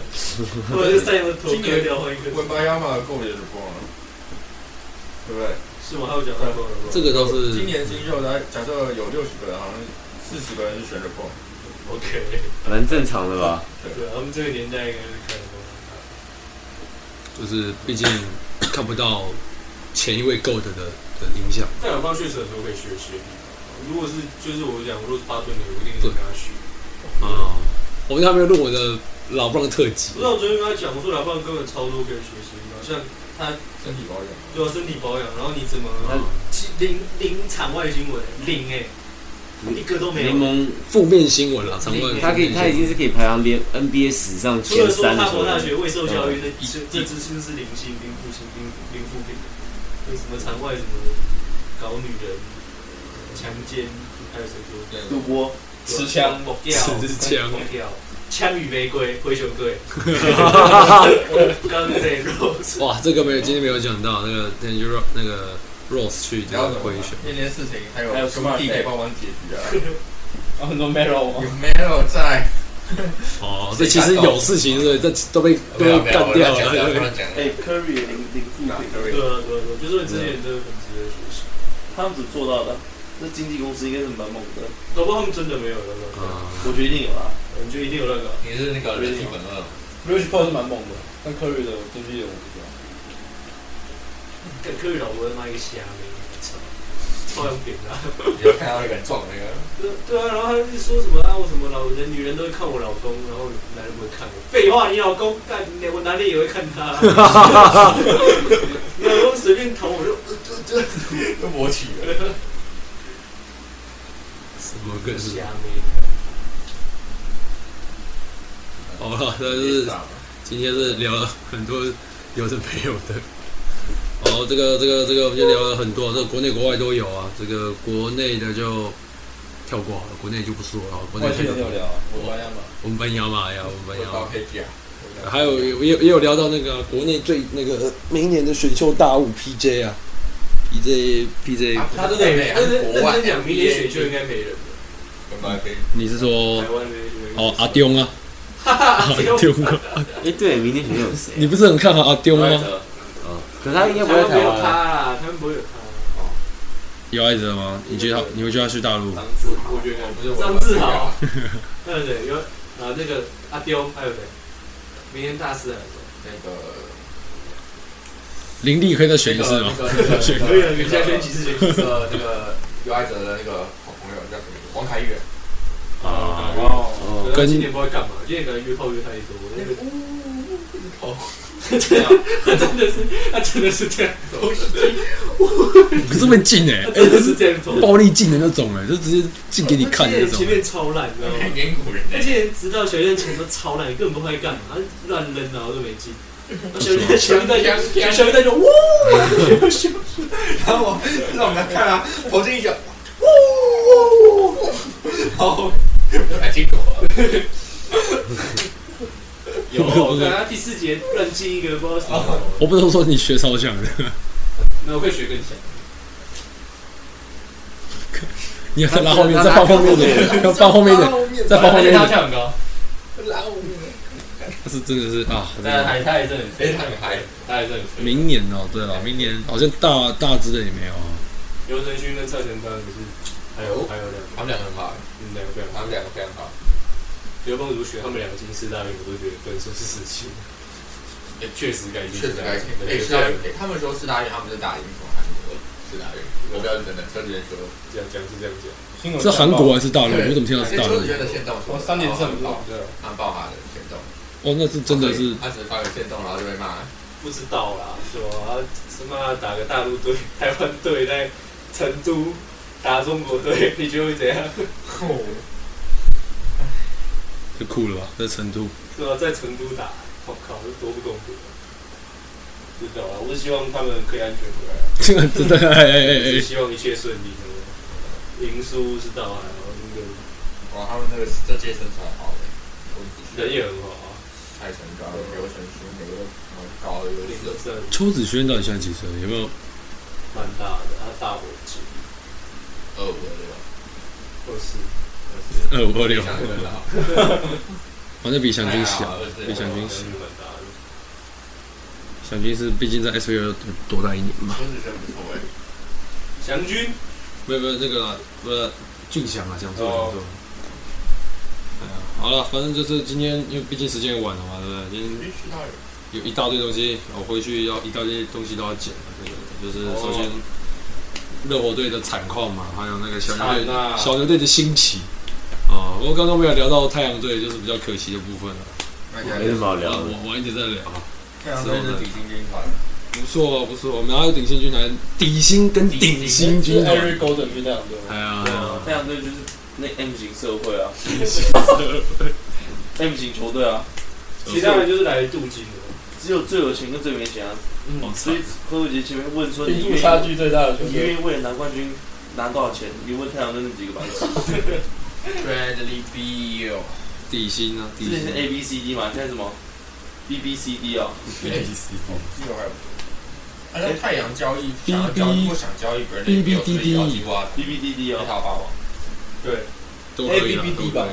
或者是赛的头割掉换一个，
温巴亚马跟我也是 LeBron 了，对不对？
是吗？还有讲到吗？
这个倒
今
是
年新秀来，假设有六十个人，好像四十个人是选 LeBron，
OK，
蛮正常的吧？
对，他们这个年代应该是看过。
就是，毕竟看不到前一位 GOAT 的的影响。
但有放确实很多可以学习的地方。如果是就是我讲，我如果是巴顿的，我一定是跟他学。
啊，我们还没有录我的老布朗特辑
不知，道我昨天跟他讲，我说老棒根本超多可以学习的地方，像
身体保养。
对啊，身体保养，然后你怎么
嗯
其零零场外新闻零哎、一个都没
联
有。
盟
负面新闻啦，啊常问。
他可以他已经是可以排行联 NBA 史上
除
前
了说
三的
哈
球
佛大
员，
学未受教育，那这这支是不是零星、零负星、零零负病？那什么场外什么搞女人、强奸，还有什么
赌博，
持枪
猛掉、
持枪
猛掉、枪与玫瑰、灰熊 队，刚才肉
哇，这个没有今天没有讲到，那个 d a n g e r 那个 Rose 去这个回旋，
那件事情还
还
有
有
兄弟可以帮忙解决啊，
然后很多 Melo
有 Melo 在，
哦，这其实有事情对，这都被都被干掉了，对不对？
讲
哎，Curry 也零零负
哪
评，
个
对啊
位置
对啊对啊，就是你之前这个很值得学习，
他们怎么做到的？那经纪公司应该是蛮猛的，
搞不好他们真的没有那个，
啊，
我觉得一定有啦。
我觉得一定有那个。
你是那个人体本恶，
，Rich Paul 是蛮猛的，但 Curry 的我进去一点我不知道。
跟科宇老伯他妈一个虾妹，操，超阳扁的啊、
你就看到那个很壮的那个，
对对啊，然后他就说什么啊，我什么老人女人都会看我老公，然后男人不会看我。废话，你老公干你，我哪里也会看他、你老公随便捅我就
都勃起了，
什么更是？
虾妹。
好了，但是今天是聊了很多有的没有的。好，这个这个这个，我们就聊了很多，这个国内国外都有啊。这个国内的就跳过好了，国内就不说了。国内
外线也有聊啊，我玩亚马，
我们班牙马呀，我们班牙
到
马。
可以讲，
还有也有也有聊到那个、国内最那个呃明年的选秀大物 PJ 啊，PJ PJ，、
他真的
但是
国外
但是讲明年选秀应该没人了，
你是说
台湾没人选秀。
哦阿丢啊？阿丢啊？
哎，对，明天选秀有谁啊？
你不是很看好阿丢吗？
哲，
哦，可是他应该不
台
在
湾没
台
有
湾
他
啊。
啦，他们不会有他。
有艾哲吗？你觉得他你会觉得他去大陆？
我觉得
不是
啊张志豪，还有谁？有啊，那个阿丢，还有谁？明年大四还有啊谁？
那个
林立可以再选一次吗？
选
可以了，你再选几次选几次。
个那个尤爱哲的那个好朋友叫什么？王凯越，
啊，
哦，
哦，
跟
跟
今年不知道干嘛，今年感觉越泡越太多。那个哦，他真的是，他真的是这样投，
可是会进哎、
他
欸，
真的是这样投。
暴力进的那种哎、就直接进给你看的那
前
种。
面超烂，你知道吗？
年古人
那些人直到学院前都超烂，根本不知道在干嘛，乱扔然后都没进。学院学院在就学院在就呜，
然后我让我们看啊，投进一脚，呜，好，来进果，
有他第四节乱进一个不知道什么，
我不能说你学超像的，
那我会学更强。
你要再拉后面，再放后面一点，要放后面一点，再放后面一
他
点。
跳很高，
他是真的是啊，真
但
的
海他也是很飞，
非常嗨。
他也是很飞。
明年哦、对了，明年好像大大只的也没有啊。
刘承勋跟蔡成章不是，还有还有两个，
他们两个很好，
嗯，两个非常好。
他们两个非常好。
刘梦如雪他们两个进四大运，我都觉得不能说是死期。哎确实该进
确
四
实
大运
该听。
对
哎，
确实
四大运，哎，他们说四大运，他们是打赢从韩国四大运，我不要等等，车子人说。
这样讲是这样讲。
新闻
是韩国还是大陆？我怎么听到是大陆
车子？觉得先动，
我三连胜不是
爆，
对啊，
他爆他的先动，
哦，那是真的是
他只发个先动，然后就被骂。
不知道啦，是吧？他妈打个大陆队、台湾队在成都打中国队，你觉得会怎样？
太酷了吧，在成都。
对啊，在成都打，我靠，这多不公平啊！不知道啊，我是希望他们可以安全回来啊，
这个 真的，哎哎哎
是
哎，
希望一切顺利的。赢输是到还好，那
哇，他们那个这届身材好嘞，我
个人也很好啊。
蔡成高、刘成勋，每个都蛮高的优
那
势
个。算
邱子轩到底现在几岁？有没有？
蛮大的，他大我几，
二五
二
二
十，
二五二
六，
六，
想很好，
好像比想军小。
二十
比想军
那
小
就，蛮大的。
想军是毕竟在 S V L 多待一年嘛。
邱子轩不错哎，
祥军，
没有没有那个啦呃俊祥啊，讲错了
哦
讲错了。哎呀，好了，反正就是今天，因为毕竟时间也晚了嘛，对不对？今天
必须要有。
有一大堆东西，我回去要一大堆东西都要剪了。这个就是首先热火队的惨况嘛，还有那个小牛队、
惨啊
小牛队的兴起啊。不过刚刚没有聊到太阳队，就是比较可惜的部分了。
没什么好聊
啊
的。
我我一直在聊，
太阳队是底薪军团，
不错不错，我们还有顶薪军团，底薪跟顶薪军团，
Every Golden 月亮对
哎呀，
对啊，太阳队就是那 M 型社会啊，M 型球队啊，
其他人就是来镀金的。
只有最有钱跟最没钱啊。
嗯，
所以何伟杰前面问说你
贫富
愿
差
意，
距最大的球
你
队
愿，意为了拿冠军拿多少钱？你问太阳队那几个白痴，
Bradley Beal，
底薪啊，
之
底
前
薪
是 A B C D 嘛，现在什么 B B C D 啊？
A B C D。
这个还不错。好像太阳交易，想要交易，不想交易
BBDD
Bradley Beal，所以要去挖
B B D D
一
哦
套霸王。
都可以啦
ABBD
都可以啦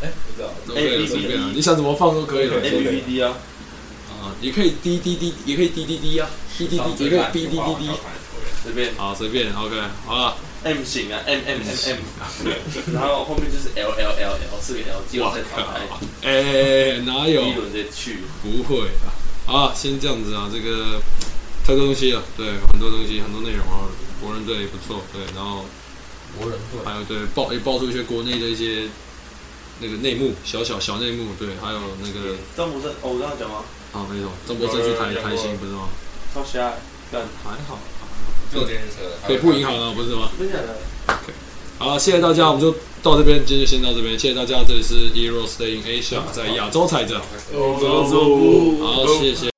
不知道
都可以啦
ABBD
随便啦你想怎么放都可以了
，A，B B D 啊，
啊，也可以滴滴滴，也可以滴滴滴啊，滴滴滴，也可以滴滴滴滴，
随便
好，随便，OK，好了，
M 型啊，M M M M，然后后面就是 L L L L 四个 L，季后赛淘汰，
哎哎，哎哪
第一
有？
轮再去。
不会啊，好啦，先这样子啊，这个太多东西了，对，很多东西，很多内容啊，国人队也不错，对，然后
国人队，
还有对爆也爆出一些国内的一些那个内幕，小小小内幕，对，还有那个
张博胜，哦，我这样讲吗？
啊，没错，张博胜去谈谈心不是吗？
超瞎，
还好，
坐电车，
北部银行啊，不是吗？
真假的？
好了，谢谢大家，我们就到这边，今天就先到这边，谢谢大家，这里是 Euro Stay in Asia，在亚洲踩着，
欧
洲步
好，谢谢。